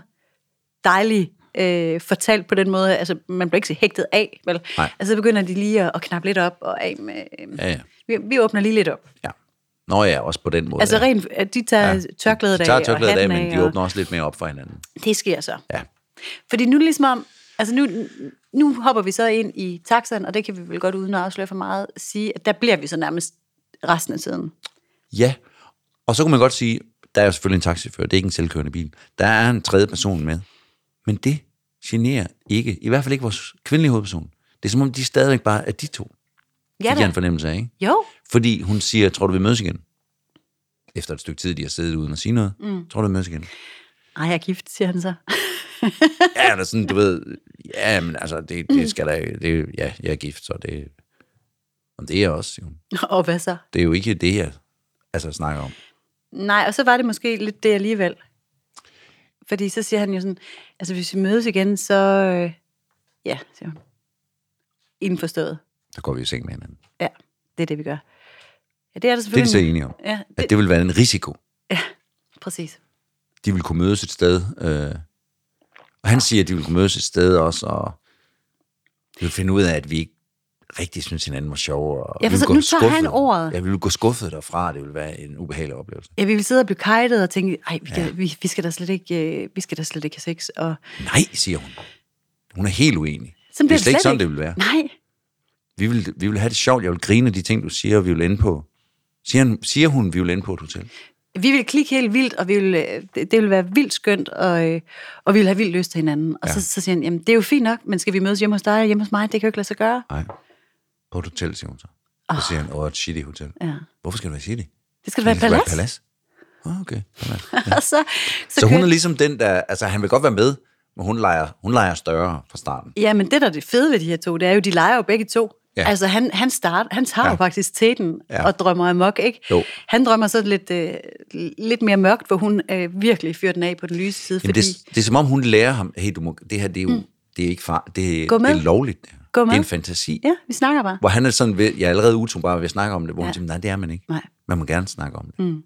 Speaker 2: dejlig øh, fortalt på den måde, altså man bliver ikke så hægtet af, vel?
Speaker 1: Nej.
Speaker 2: Altså så begynder de lige at, at knappe lidt op og af med... Øhm,
Speaker 1: Ja, ja.
Speaker 2: vi, vi åbner lige lidt op.
Speaker 1: Ja. Nå ja, også på den måde.
Speaker 2: Altså
Speaker 1: ja.
Speaker 2: rent, at de tager ja. Altså, tørklædet
Speaker 1: De
Speaker 2: af
Speaker 1: tager
Speaker 2: og
Speaker 1: tørklædet af,
Speaker 2: hatten
Speaker 1: men de
Speaker 2: og-
Speaker 1: åbner også lidt mere op for hinanden.
Speaker 2: Det sker så.
Speaker 1: Ja.
Speaker 2: Fordi nu er det ligesom om, altså nu, nu hopper vi så ind i taxaen, og det kan vi vel godt uden at afsløre for meget sige, at der bliver vi så nærmest resten af tiden.
Speaker 1: Ja, og så kunne man godt sige, der er jo selvfølgelig en taxichauffør, det er ikke en selvkørende bil. Der er en tredje person med. Men det generer ikke, i hvert fald ikke vores kvindelige hovedperson. Det er som om, de stadigvæk bare er de to.
Speaker 2: Ja
Speaker 1: det giver en
Speaker 2: da.
Speaker 1: fornemmelse af, ikke?
Speaker 2: Jo,
Speaker 1: Fordi hun siger, tror du, vi mødes igen? Efter et stykke tid, de har siddet uden at sige noget. Mm. Tror du, vi mødes igen?
Speaker 2: ej, jeg er gift, siger han så.
Speaker 1: Ja, eller sådan, du ved, ja, men altså, det,
Speaker 2: Mm.
Speaker 1: det skal da, det, ja, jeg er gift, så det, om det er jeg også, siger hun.
Speaker 2: og hvad så?
Speaker 1: Det er jo ikke det, jeg altså, snakker om.
Speaker 2: Nej, og så var det måske lidt det alligevel. Fordi så siger han jo sådan, altså hvis vi mødes igen, så... Øh, ja, siger hun. Indforstået.
Speaker 1: Så går vi i seng med hinanden.
Speaker 2: Ja, det er det, vi gør. Ja,
Speaker 1: Det
Speaker 2: det er der
Speaker 1: er de
Speaker 2: selvfølgelig.
Speaker 1: så enige om.
Speaker 2: Ja,
Speaker 1: At
Speaker 2: det,
Speaker 1: det vil være en risiko.
Speaker 2: præcis.
Speaker 1: de ville kunne mødes et sted. Øh, og han siger, at de ville kunne mødes et sted også, og vi ville finde ud af, at vi ikke rigtig synes hinanden var sjove. Og
Speaker 2: Ja, for
Speaker 1: vi ville
Speaker 2: så-
Speaker 1: gå
Speaker 2: nu tager
Speaker 1: skuffede-
Speaker 2: han ordet.
Speaker 1: Ja, vi ville gå skuffet derfra, det ville være en ubehagelig oplevelse.
Speaker 2: Ja, vi ville sidde og blive kajtet og tænke, nej, vi, ja. vi, vi, skal da slet ikke, øh, vi skal da slet ikke have sex. Og
Speaker 1: Nej, siger hun. Hun er helt uenig.
Speaker 2: Sådan
Speaker 1: det er
Speaker 2: bliver
Speaker 1: slet ikke sådan, det ville være.
Speaker 2: Nej,
Speaker 1: Vi ville, vi ville have det sjovt, jeg ville grine af de ting, du siger, og vi ville ende på... Siger, han, siger hun, vi ville ende på et hotel?
Speaker 2: vi ville klikke helt vildt, og vi ville, øh, det, det ville være vildt skønt, og, øh, og vi ville have vildt lyst til hinanden. Og ja. så, så siger han, jamen det er jo fint nok, men skal vi mødes hjemme hos dig og hjemme hos mig? Det kan jo ikke lade sig gøre.
Speaker 1: Nej. På et hotel, siger hun så.
Speaker 2: Ah.
Speaker 1: Og siger han, åh, et shitty hotel.
Speaker 2: Ja.
Speaker 1: Hvorfor skal det være shitty?
Speaker 2: Det skal da være et palads.
Speaker 1: palads. Ah, okay, palads.
Speaker 2: Og så, så,
Speaker 1: Så hun
Speaker 2: kører-
Speaker 1: er ligesom den, der... Altså, han vil godt være med, men hun leger, hun leger større fra starten.
Speaker 2: Ja, men det der er det fede ved de her to, det er jo, de leger jo begge to.
Speaker 1: Ja.
Speaker 2: Ja. Altså, han, han, start, han tager
Speaker 1: Ja.
Speaker 2: ja. jo faktisk teten
Speaker 1: Ja.
Speaker 2: ja. og drømmer amok, ikke?
Speaker 1: Jo.
Speaker 2: Han drømmer så lidt, øh, lidt mere mørkt, hvor hun øh, virkelig fyrer den af på den lyse side,
Speaker 1: Jamen,
Speaker 2: fordi...
Speaker 1: det, er- det er som om, hun lærer ham, hey, du må, det her, det er jo mm. det er ikke far, det, er-
Speaker 2: Gå med.
Speaker 1: det er lovligt. Det, her.
Speaker 2: Gå
Speaker 1: det er
Speaker 2: med.
Speaker 1: en fantasi.
Speaker 2: Ja, vi snakker bare.
Speaker 1: Hvor han er sådan, ved, jeg er allerede utålmodig ved at snakke om det, hvor ja. hun siger, nej, det er man ikke.
Speaker 2: Nej.
Speaker 1: Man må gerne snakke om det. Mm.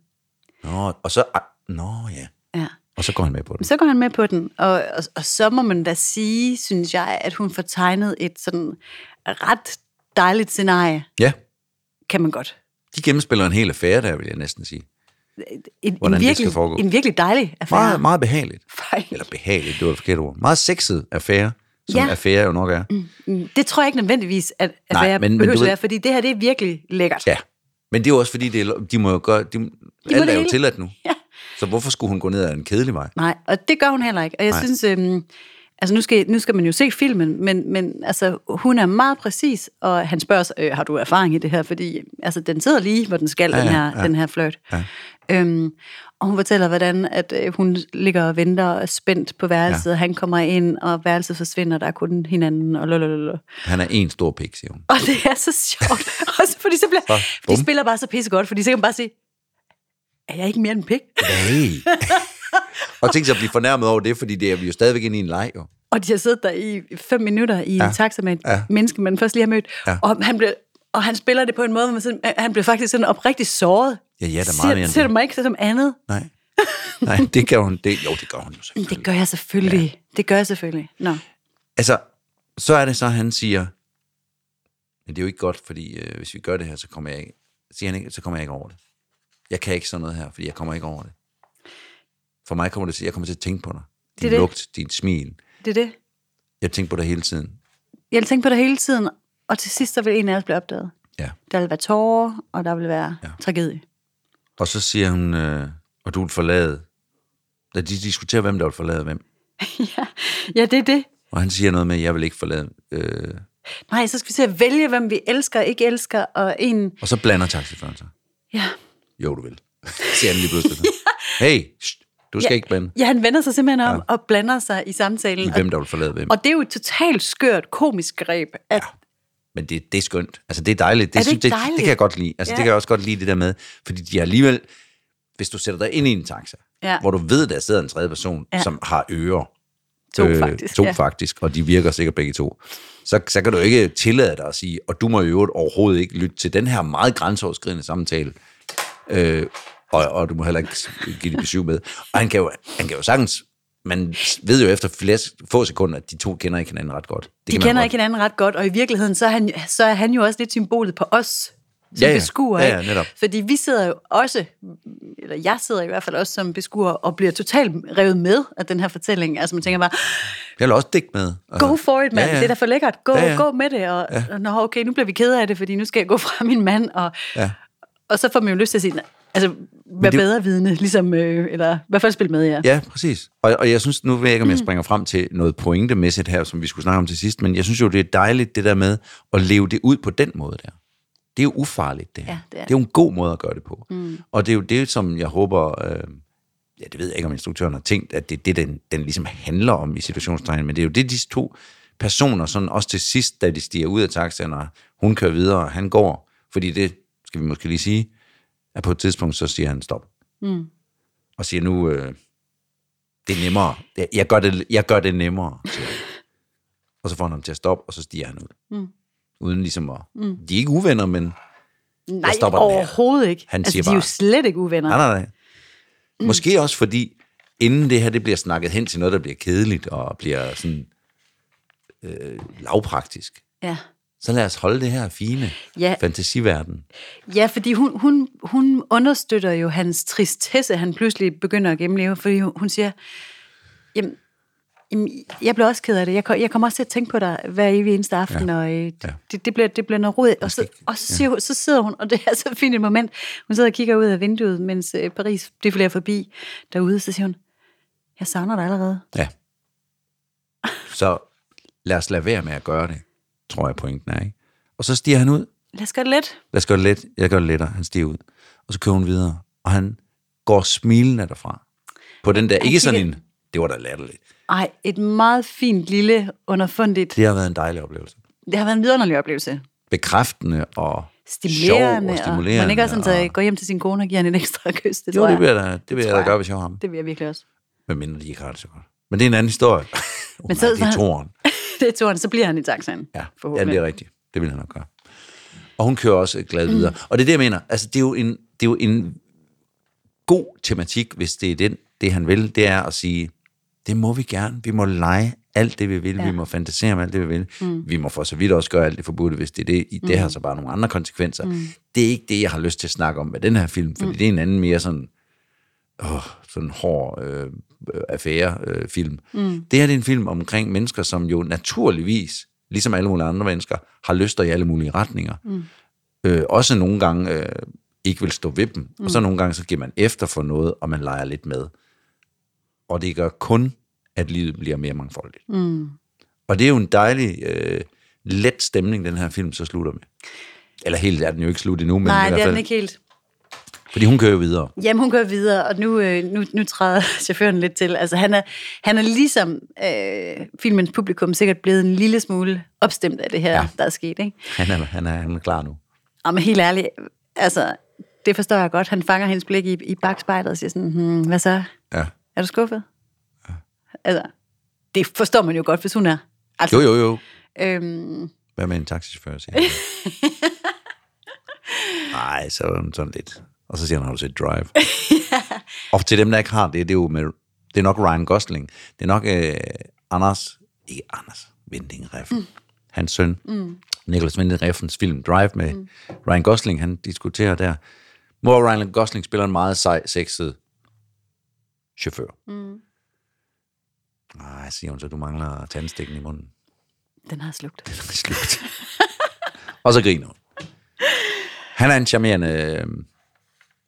Speaker 1: Nå, og så, ah, nå ja.
Speaker 2: Ja.
Speaker 1: Og så går han med på det.
Speaker 2: Så går han med på den, og, og, og så må man da sige, synes jeg, at hun får tegnet et sådan ret dejligt scenarie,
Speaker 1: Ja,
Speaker 2: kan man godt.
Speaker 1: de gennemspiller en hel affære der, vil jeg næsten sige.
Speaker 2: En,
Speaker 1: Hvordan
Speaker 2: en
Speaker 1: det
Speaker 2: virkelig,
Speaker 1: skal foregå.
Speaker 2: En virkelig dejlig affære.
Speaker 1: Meget, meget behageligt.
Speaker 2: Faktisk.
Speaker 1: Eller behageligt, det var et forkert ord. Meget sexet affære, som
Speaker 2: Ja.
Speaker 1: affære jo nok er. Mm.
Speaker 2: Det tror jeg ikke nødvendigvis, at, at
Speaker 1: Nej,
Speaker 2: Nej, være,
Speaker 1: men- men
Speaker 2: men,
Speaker 1: du
Speaker 2: behøver men
Speaker 1: ved-
Speaker 2: være, fordi det her det er virkelig lækkert.
Speaker 1: Ja, men det er jo også fordi, det er, lo- de må jo gøre, de, de alt
Speaker 2: det
Speaker 1: er jo
Speaker 2: hele.
Speaker 1: tilladt nu.
Speaker 2: Ja.
Speaker 1: Så hvorfor skulle hun gå ned ad en kedelig vej?
Speaker 2: Nej, og det gør hun heller ikke. Og jeg
Speaker 1: Nej.
Speaker 2: Nej. synes, øhm, altså nu skal, nu skal man jo se filmen, men, men altså, hun er meget præcis, og han spørger os, øh, har du erfaring i det her? Fordi altså, den sidder lige, hvor den skal, ja, den,
Speaker 1: ja,
Speaker 2: her, ja. den her flirt. Ja. Øhm, og hun fortæller, hvordan at, øh, hun ligger og venter og er spændt på værelset, ja. han kommer ind, og værelset forsvinder, der er kun hinanden, og lolololo.
Speaker 1: Han er en stor pik, siger hun.
Speaker 2: Og det er så sjovt. Også fordi så bliver,
Speaker 1: Så, bum.
Speaker 2: de spiller bare så pisse godt, fordi så kan man bare sige, er jeg ikke mere end pik?
Speaker 1: Hey. og tænk sig at blive fornærmet over det, fordi det er vi er jo stadigvæk inde i en leg, jo.
Speaker 2: Og de har siddet der i fem minutter i ja. en taxa med et
Speaker 1: Ja.
Speaker 2: ja. menneske, man først lige har mødt.
Speaker 1: Ja.
Speaker 2: Ja. Og, han bliver, og han spiller det på en måde, hvor man sådan, han bliver faktisk sådan oprigtigt såret.
Speaker 1: Ja, ja, der er meget
Speaker 2: ser,
Speaker 1: mere end
Speaker 2: ser
Speaker 1: det.
Speaker 2: du mig ikke som andet?
Speaker 1: Nej. Nej, det gør hun. Det, jo, det gør hun jo selvfølgelig.
Speaker 2: Det gør jeg selvfølgelig. Ja. Det gør jeg selvfølgelig. Nå.
Speaker 1: Altså, så er det så, han siger, men det er jo ikke godt, fordi øh, hvis vi gør det her, så kommer jeg ikke, siger han ikke, så kommer jeg ikke over det. Jeg kan ikke sådan noget her, fordi jeg kommer ikke over det. For mig kommer det til, jeg kommer til at tænke på dig.
Speaker 2: er
Speaker 1: Din
Speaker 2: det.
Speaker 1: lugt, din smil.
Speaker 2: Det er det.
Speaker 1: Jeg tænker på dig hele tiden.
Speaker 2: Jeg tænker på det hele tiden, og til sidst så vil en af os blive opdaget.
Speaker 1: Ja.
Speaker 2: Der vil være tårer, og der vil være ja. tragedie.
Speaker 1: Og så siger hun, øh, og du vil forlade. Da de diskuterer, hvem der vil forlade hvem.
Speaker 2: ja. ja, det er det.
Speaker 1: Og han siger noget med, jeg vil ikke forlade. Øh.
Speaker 2: Nej, så skal vi til at vælge, hvem vi elsker og ikke elsker, og en...
Speaker 1: Og så blander taxiføreren sig.
Speaker 2: Ja,
Speaker 1: Jo, du vil. siger han lige pludselig. hey, shh, du skal ja. ikke blande
Speaker 2: ja han vender sig simpelthen om ja. og blander sig i samtalen.
Speaker 1: i,
Speaker 2: og-
Speaker 1: hvem der vil forlade hvem.
Speaker 2: Og det er jo et totalt skørt, komisk greb. At,
Speaker 1: Men det, det er skønt. Altså, det er dejligt. Det,
Speaker 2: Er det
Speaker 1: synes-
Speaker 2: ikke
Speaker 1: Det,
Speaker 2: dejligt?
Speaker 1: det kan jeg godt lide. Altså, ja.
Speaker 2: Ja.
Speaker 1: det kan jeg også godt lide det der med, fordi de er alligevel, hvis du sætter dig ind i en taxa,
Speaker 2: Ja.
Speaker 1: hvor du ved, der sidder en tredje person, ja. som har ører.
Speaker 2: To faktisk,
Speaker 1: To
Speaker 2: ja.
Speaker 1: øh, faktisk, og de virker sikkert begge to. Så, så kan du ikke tillade dig at sige, og du må i øvrigt overhovedet ikke lytte til den her meget grænseoverskridende samtale. Øh, og, og du må heller ikke give det besøg med. Og han kan, jo, han kan jo sagtens, man ved jo efter flere, få sekunder, at de to kender ikke hinanden ret godt. Det
Speaker 2: De
Speaker 1: kan man
Speaker 2: kender
Speaker 1: godt-
Speaker 2: ikke hinanden ret godt, og i virkeligheden, så er han, så er han jo også lidt symbolet på os, som
Speaker 1: Ja, ja.
Speaker 2: beskuer.
Speaker 1: Ja, ja,
Speaker 2: ikke?
Speaker 1: netop.
Speaker 2: Fordi vi sidder jo også, eller jeg sidder i hvert fald også som beskuer, og bliver totalt revet med af den her fortælling. Altså man tænker bare,
Speaker 1: Jeg vil også dække med. Altså,
Speaker 2: go for it, mand, ja, ja. det er da for lækkert, gå,
Speaker 1: Ja,
Speaker 2: ja,
Speaker 1: ja.
Speaker 2: ja. gå med det, og ja. nå, okay, nu bliver vi kede af det, fordi nu skal jeg gå fra min mand, og,
Speaker 1: Ja.
Speaker 2: og så får man jo lyst til at sige, "Nej, altså, vær
Speaker 1: det-
Speaker 2: det... bedre vidne, ligesom, øh, eller i hvert fald spil med jer.
Speaker 1: Ja, præcis. Og, og jeg synes, nu ved jeg ikke, om jeg springer frem til noget pointemæssigt her, som vi skulle snakke om til sidst, men jeg synes jo, det er dejligt det der med at leve det ud på den måde der. Det er jo ufarligt, det her.
Speaker 2: Ja, det er
Speaker 1: det er jo en god måde at gøre det på. Mm. Og det er jo det, som jeg håber... Øh, ja, det ved jeg ikke, om instruktøren har tænkt, at det er det, den, den ligesom handler om i situationstegnet, men det er jo det, de to personer, sådan også til sidst, da de stiger ud af taxaen, og hun kører videre, og han går, fordi det, skal vi måske lige sige, at på et tidspunkt, så siger han stop. Mm. Og siger nu, øh, det er nemmere. Jeg- Jeg gør det, jeg gør det nemmere, siger han. Og så får han ham til at stoppe, og så stiger han ud. Mm. Uden ligesom at... Mm. De er ikke uvenner, men...
Speaker 2: Nej,
Speaker 1: stopper den her.
Speaker 2: overhovedet ikke.
Speaker 1: Han
Speaker 2: altså,
Speaker 1: siger
Speaker 2: de er jo
Speaker 1: bare-
Speaker 2: slet ikke uvenner.
Speaker 1: Nej, nej, nej.
Speaker 2: Mm.
Speaker 1: Måske også fordi, inden det her det bliver snakket hen til noget, der bliver kedeligt og bliver sådan øh, lavpraktisk,
Speaker 2: Ja.
Speaker 1: så lad os holde det her fine
Speaker 2: Ja.
Speaker 1: fantasiverden.
Speaker 2: Ja, fordi hun, hun, hun understøtter jo hans tristesse, han pludselig begynder at gennemleve, fordi hun hun siger, jamen, jamen jeg bliver også ked af det. Jeg, ko- jeg kommer også til at tænke på dig hver evig eneste aften, ja. og øh, det, ja. det, det, bliver, det bliver noget rod. Og, så, og så, siger, hun- så sidder hun, og det er så fint et moment, hun sidder og kigger ud af vinduet, mens øh, Paris defilerer forbi derude, så siger hun, jeg savner dig allerede.
Speaker 1: Ja. Så lad os lade være med at gøre det, tror jeg pointen er, ikke? Og så stiger han ud,
Speaker 2: Lad os gøre det let.
Speaker 1: lad os gøre det let, jeg gør det lettere, han stiger ud. Og så kører hun videre, og han går smilende derfra. På den der, ikke sådan en,
Speaker 2: kigger-
Speaker 1: det var da latterligt.
Speaker 2: Ej, et meget fint, lille, underfundigt.
Speaker 1: Det har været en dejlig oplevelse.
Speaker 2: Det har været en vidunderlig oplevelse.
Speaker 1: bekræftende og
Speaker 2: stimulerende.
Speaker 1: sjov og
Speaker 2: Og,
Speaker 1: stimulerende.
Speaker 2: man ikke også sådan,
Speaker 1: og,
Speaker 2: så går hjem til sin kone og giver hende en ekstra kys, det
Speaker 1: jo,
Speaker 2: tror
Speaker 1: det
Speaker 2: jeg.
Speaker 1: vil jeg da, det vil jeg
Speaker 2: tror
Speaker 1: da
Speaker 2: jeg.
Speaker 1: gøre, hvis jeg var ham.
Speaker 2: Det vil jeg virkelig også.
Speaker 1: Men mindre de ikke har det så godt. Men det er en anden historie. oh, Men
Speaker 2: så-
Speaker 1: nej, det er
Speaker 2: så-
Speaker 1: toren.
Speaker 2: det er turen, så bliver han i taxaen.
Speaker 1: Ja, ja,
Speaker 2: forhåbentlig.
Speaker 1: det er rigtigt. Det vil han nok gøre. Og hun kører også glad videre. Mm. Og det er det, jeg mener. Altså, det er jo en, det er jo en god tematik, hvis det er den, det han vil. Det er at sige, det må vi gerne. Vi må lege alt det, vi vil. Ja. Vi må fantasere om alt det, vi vil. Mm. Vi må for så vidt også gøre alt det forbudte, hvis det er det. I det har så bare nogle andre konsekvenser. Mm. Det er ikke det, jeg har lyst til at snakke om med den her film, fordi mm. det er en anden mere sådan, åh, sådan hård øh, øh, affærefilm. Øh, film.
Speaker 2: Mm.
Speaker 1: Det her det er en film omkring mennesker, som jo naturligvis, ligesom alle mulige andre mennesker, har lyster i alle mulige retninger. Mm. Øh, også nogle gange øh, ikke vil stå ved dem, mm. og så nogle gange så giver man efter for noget, og man leger lidt med. Og det gør kun, at livet bliver mere mangfoldigt. Mm. Og det er jo en dejlig, øh, let stemning, den her film så slutter med. Eller helt er den jo ikke slut endnu, men
Speaker 2: Nej,
Speaker 1: i
Speaker 2: det
Speaker 1: hvert
Speaker 2: er
Speaker 1: fald,
Speaker 2: den ikke helt.
Speaker 1: fordi hun kører jo videre.
Speaker 2: Jamen, hun kører videre, og nu, øh, nu, nu træder chaufføren lidt til. Altså, han er, han er ligesom øh, filmens publikum sikkert blevet en lille smule opstemt af det her, ja. der er sket. Ikke?
Speaker 1: Han er, han er, han er klar nu.
Speaker 2: Og men helt ærligt, altså, det forstår jeg godt. Han fanger hendes blik i, i bagspejlet og siger sådan, hmm, hvad så?
Speaker 1: Ja.
Speaker 2: Er du skuffet? Ja. Altså, det forstår man jo godt, hvis hun er. Altså,
Speaker 1: Jo, jo, jo.
Speaker 2: Øhm,
Speaker 1: Hvad med en taxichauffør, siger han. Nej, så er den sådan lidt. Og så siger han, har du set Drive? Og til dem, der ikke har det, det er jo med, det er nok Ryan Gosling. Det er nok øh, Anders, ikke Anders, Vinding Reffen. Mm. Hans søn, mm. Nicholas Vinding Reffens film Drive med mm. Ryan Gosling, han diskuterer der, hvor Ryan Gosling spiller en meget sej, sexet chauffør. Mm. Nej, siger hun så, du mangler tandstikken i munden
Speaker 2: den har slugt.
Speaker 1: er slut. og så griner hun. Han er en charmerende... øh,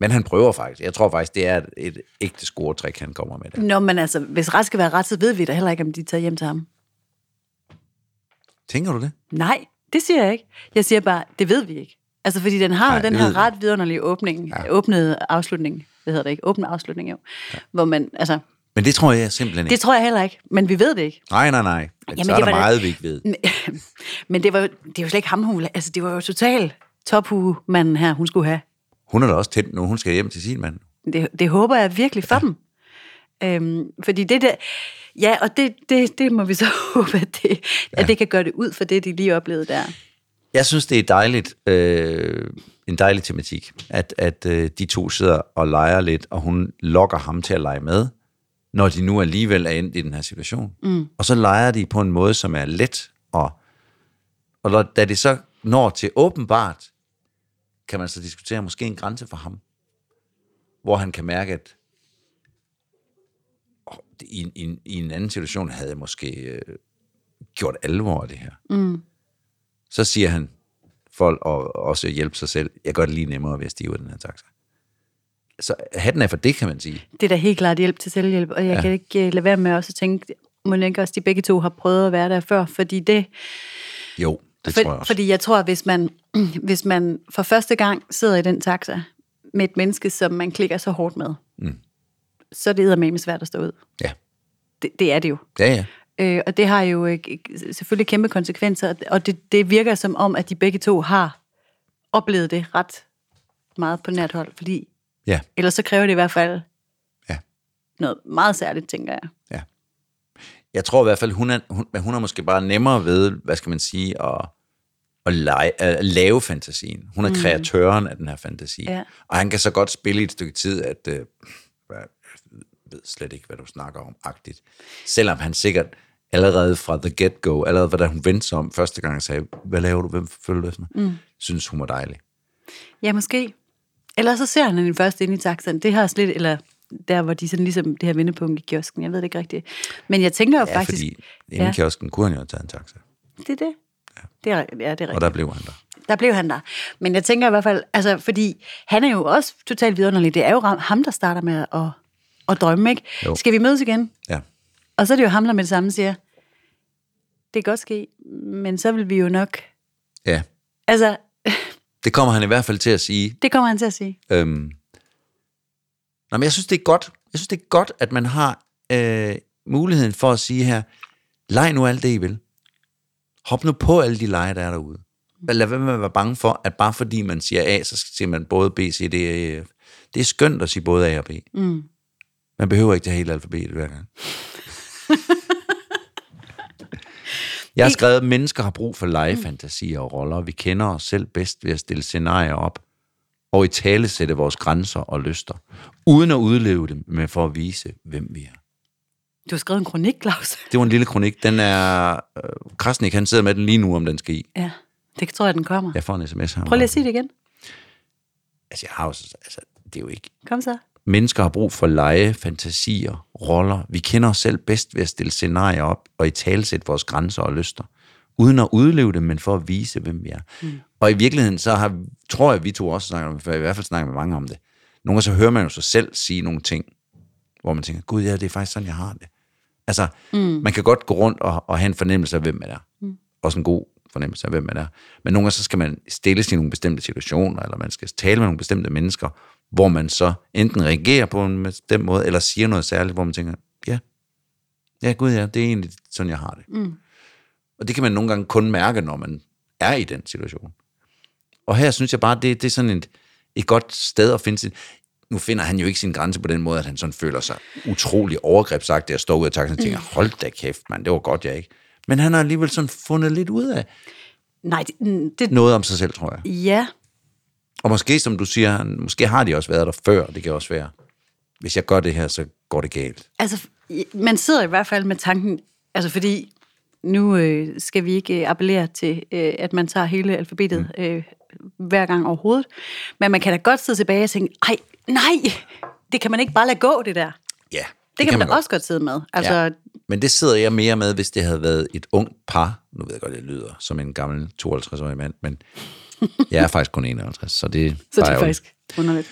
Speaker 1: Men han prøver faktisk. Jeg tror faktisk, det er et, et ægte scoretrik, han kommer med der.
Speaker 2: Nå, men altså, hvis ret skal være ret, så ved vi da heller ikke, om de tager hjem til ham.
Speaker 1: Tænker du det?
Speaker 2: Nej, det siger jeg ikke. Jeg siger bare, det ved vi ikke. Altså, fordi den har
Speaker 1: Nej,
Speaker 2: jo den
Speaker 1: det ved
Speaker 2: her
Speaker 1: vi.
Speaker 2: ret vidunderlige åbning, ja. åbnede afslutning, hvad hedder det ikke? Åbne afslutning, jo. Ja. Hvor man, altså,
Speaker 1: Men det tror jeg simpelthen ikke.
Speaker 2: det
Speaker 1: Det...
Speaker 2: tror jeg heller ikke, men vi ved det ikke.
Speaker 1: Nej, nej, nej. Men Jamen,
Speaker 2: Jamen,
Speaker 1: så er
Speaker 2: det
Speaker 1: der
Speaker 2: var da-
Speaker 1: meget, vi ikke ved.
Speaker 2: Men, men det, var, jo- det er jo slet ikke ham, hun ville- Altså, det var jo total tophugemanden her, hun skulle have.
Speaker 1: Hun er da også tændt nu. Hun skal hjem til sin mand.
Speaker 2: Det, det håber jeg virkelig for ja. dem. Øhm, fordi det der... Ja, og det, det, det må vi så håbe, at det, ja. at det kan gøre det ud for det, de lige oplevede der.
Speaker 1: Jeg synes, det er dejligt, øh, en dejlig tematik, at, at øh, de to sidder og leger lidt, og hun lokker ham til at lege med, når de nu alligevel er endt i den her situation. Mm. Og så leger de på en måde, som er let, og, og når- da det så når til åbenbart, kan man så diskutere måske en grænse for ham, hvor han kan mærke, at "Åh, det- i, en- i, en- i en anden situation havde jeg måske øh, gjort alvor af det her. Mm. Så siger han, for at også hjælpe sig selv, jeg gør det lige nemmere ved at stive den her taxa. Så hatten er for det, kan man sige.
Speaker 2: Det er da helt klart hjælp til selvhjælp, og jeg ja. kan ikke øh, lade være med også at tænke, må ikke også de begge to har prøvet at være der før, fordi det,
Speaker 1: Jo, det
Speaker 2: for,
Speaker 1: tror jeg også.
Speaker 2: Fordi jeg tror, at hvis man, hvis man for første gang sidder i den taxa med et menneske, som man klikker så hårdt med, mm. så er det eddermame svært at stå ud.
Speaker 1: Ja,
Speaker 2: Det, det er det jo.
Speaker 1: ja, ja.
Speaker 2: Øh, og det har jo øh, selvfølgelig kæmpe konsekvenser, og det, det virker som om, at de begge to har oplevet det ret meget på nært hold, fordi
Speaker 1: ja.
Speaker 2: ellers så kræver det i hvert fald
Speaker 1: Ja.
Speaker 2: noget meget særligt, tænker jeg.
Speaker 1: Ja. Jeg tror i hvert fald, hun er, hun, men hun er måske bare nemmere ved, hvad skal man sige, at, at, lege, at lave fantasien. Hun er mm. kreatøren af den her fantasi.
Speaker 2: Ja.
Speaker 1: Og han kan så godt spille i et stykke tid, at øh, jeg ved slet ikke, hvad du snakker om, agtigt. Selvom han sikkert allerede fra the get-go, allerede da hun vendte sig om første gang, sagde, hvad laver du, hvem følger du efter? Mm. Synes hun var dejlig.
Speaker 2: Ja, måske. Eller så ser han den først inde i taxaen. Det har slet, eller der, hvor de sådan ligesom det her vendepunkt i kiosken. Jeg ved det ikke rigtigt. Men jeg tænker jo
Speaker 1: Ja,
Speaker 2: faktisk...
Speaker 1: Faktisk, fordi inden ja.
Speaker 2: ja,
Speaker 1: kiosken kunne han jo have taget en taxa.
Speaker 2: det er det. Det er, rigtigt. ja, det er
Speaker 1: Og
Speaker 2: rigtigt.
Speaker 1: der blev han der.
Speaker 2: Der blev han der. Men jeg tænker i hvert fald, altså, fordi han er jo også totalt vidunderlig. Det er jo ram- ham, der starter med at, at drømme, ikke?
Speaker 1: Jo.
Speaker 2: Skal vi mødes igen?
Speaker 1: Ja.
Speaker 2: Og så er det jo ham, der med det samme siger, det kan godt ske, men så vil vi jo nok...
Speaker 1: ja.
Speaker 2: Altså,
Speaker 1: Det kommer han i hvert fald til at sige,
Speaker 2: det kommer han til at sige.
Speaker 1: Øhm. Nå, men jeg synes, det er godt. Jeg synes, det er godt, at man har øh, muligheden for at sige her, leg nu alt det, I vil. Hop nu på alle de lege, der er derude. Men Lad være med at være bange for, at bare fordi man siger A, så siger man både B, C, D, E, F. Det er skønt at sige både A og B. Mm. Man behøver ikke det hele alfabet hver gang. Jeg har skrevet, at mennesker har brug for legefantasier og roller. Vi kender os selv bedst ved at stille scenarier op og i tale sætte vores grænser og lyster, uden at udleve dem, men for at vise, hvem vi er.
Speaker 2: Du har skrevet en kronik, Claus.
Speaker 1: Det var en lille kronik. Den er... Øh, Krasnik, han sidder med den lige nu, om den skal i.
Speaker 2: Ja, det tror jeg, den kommer. Ja.
Speaker 1: Jeg får en sms her.
Speaker 2: Prøv lige at sige det igen.
Speaker 1: Altså, jeg har jo, så- altså, det er jo ikke...
Speaker 2: Kom så.
Speaker 1: Mennesker har brug for lege, fantasier, roller. Vi kender os selv bedst ved at stille scenarier op og i talsætte vores grænser og lyster. Uden at udleve dem, men for at vise, hvem vi er. Mm. Og i virkeligheden, så har, tror jeg, vi to også snakker om det, for jeg i hvert fald snakker med mange om det. Nogle gange så hører man jo sig selv sige nogle ting, hvor man tænker, gud ja, det er faktisk sådan, jeg har det. Altså, mm. man kan godt gå rundt og, og have en fornemmelse af, hvem man er. Mm. Også en god fornemmelse af, hvem man er. Men nogle gange, så skal man stille sig i nogle bestemte situationer, eller man skal tale med nogle bestemte mennesker, hvor man så enten reagerer på en bestemt måde, eller siger noget særligt, hvor man tænker, ja, ja gud ja, det er egentlig sådan, jeg har det. Mm. Og det kan man nogle gange kun mærke, når man er i den situation. Og her synes jeg bare, det, det er sådan et, et godt sted at finde sin... Nu finder han jo ikke sin grænse på den måde, at han sådan føler sig utrolig overgrebsagtig og står ud af taxen og tænker,
Speaker 2: Mm.
Speaker 1: hold da kæft, mand, det var godt, jeg ikke. Men han har alligevel sådan fundet lidt ud af
Speaker 2: Nej, det, mm, det,
Speaker 1: noget om sig selv, tror jeg.
Speaker 2: ja,
Speaker 1: Og måske, som du siger, han- måske har de også været der før, det kan også være. Hvis jeg gør det her, så går det galt.
Speaker 2: altså, f- man sidder i hvert fald med tanken, altså fordi, nu øh, skal vi ikke øh, appellere til, øh, at man tager hele alfabetet øh, hver gang overhovedet, men man kan da godt sidde tilbage og tænke, ej, nej, det kan man ikke bare lade gå, det der. Det,
Speaker 1: Ja, det,
Speaker 2: det kan man, man da også godt sidde med. Altså, ja.
Speaker 1: Ja. Men det sidder jeg mere med, hvis det havde været et ungt par. Nu ved jeg godt, det lyder som en gammel 52-årig mand, men jeg er faktisk kun 51, så det
Speaker 2: så det
Speaker 1: bare
Speaker 2: er
Speaker 1: ærgerligt.
Speaker 2: faktisk underligt.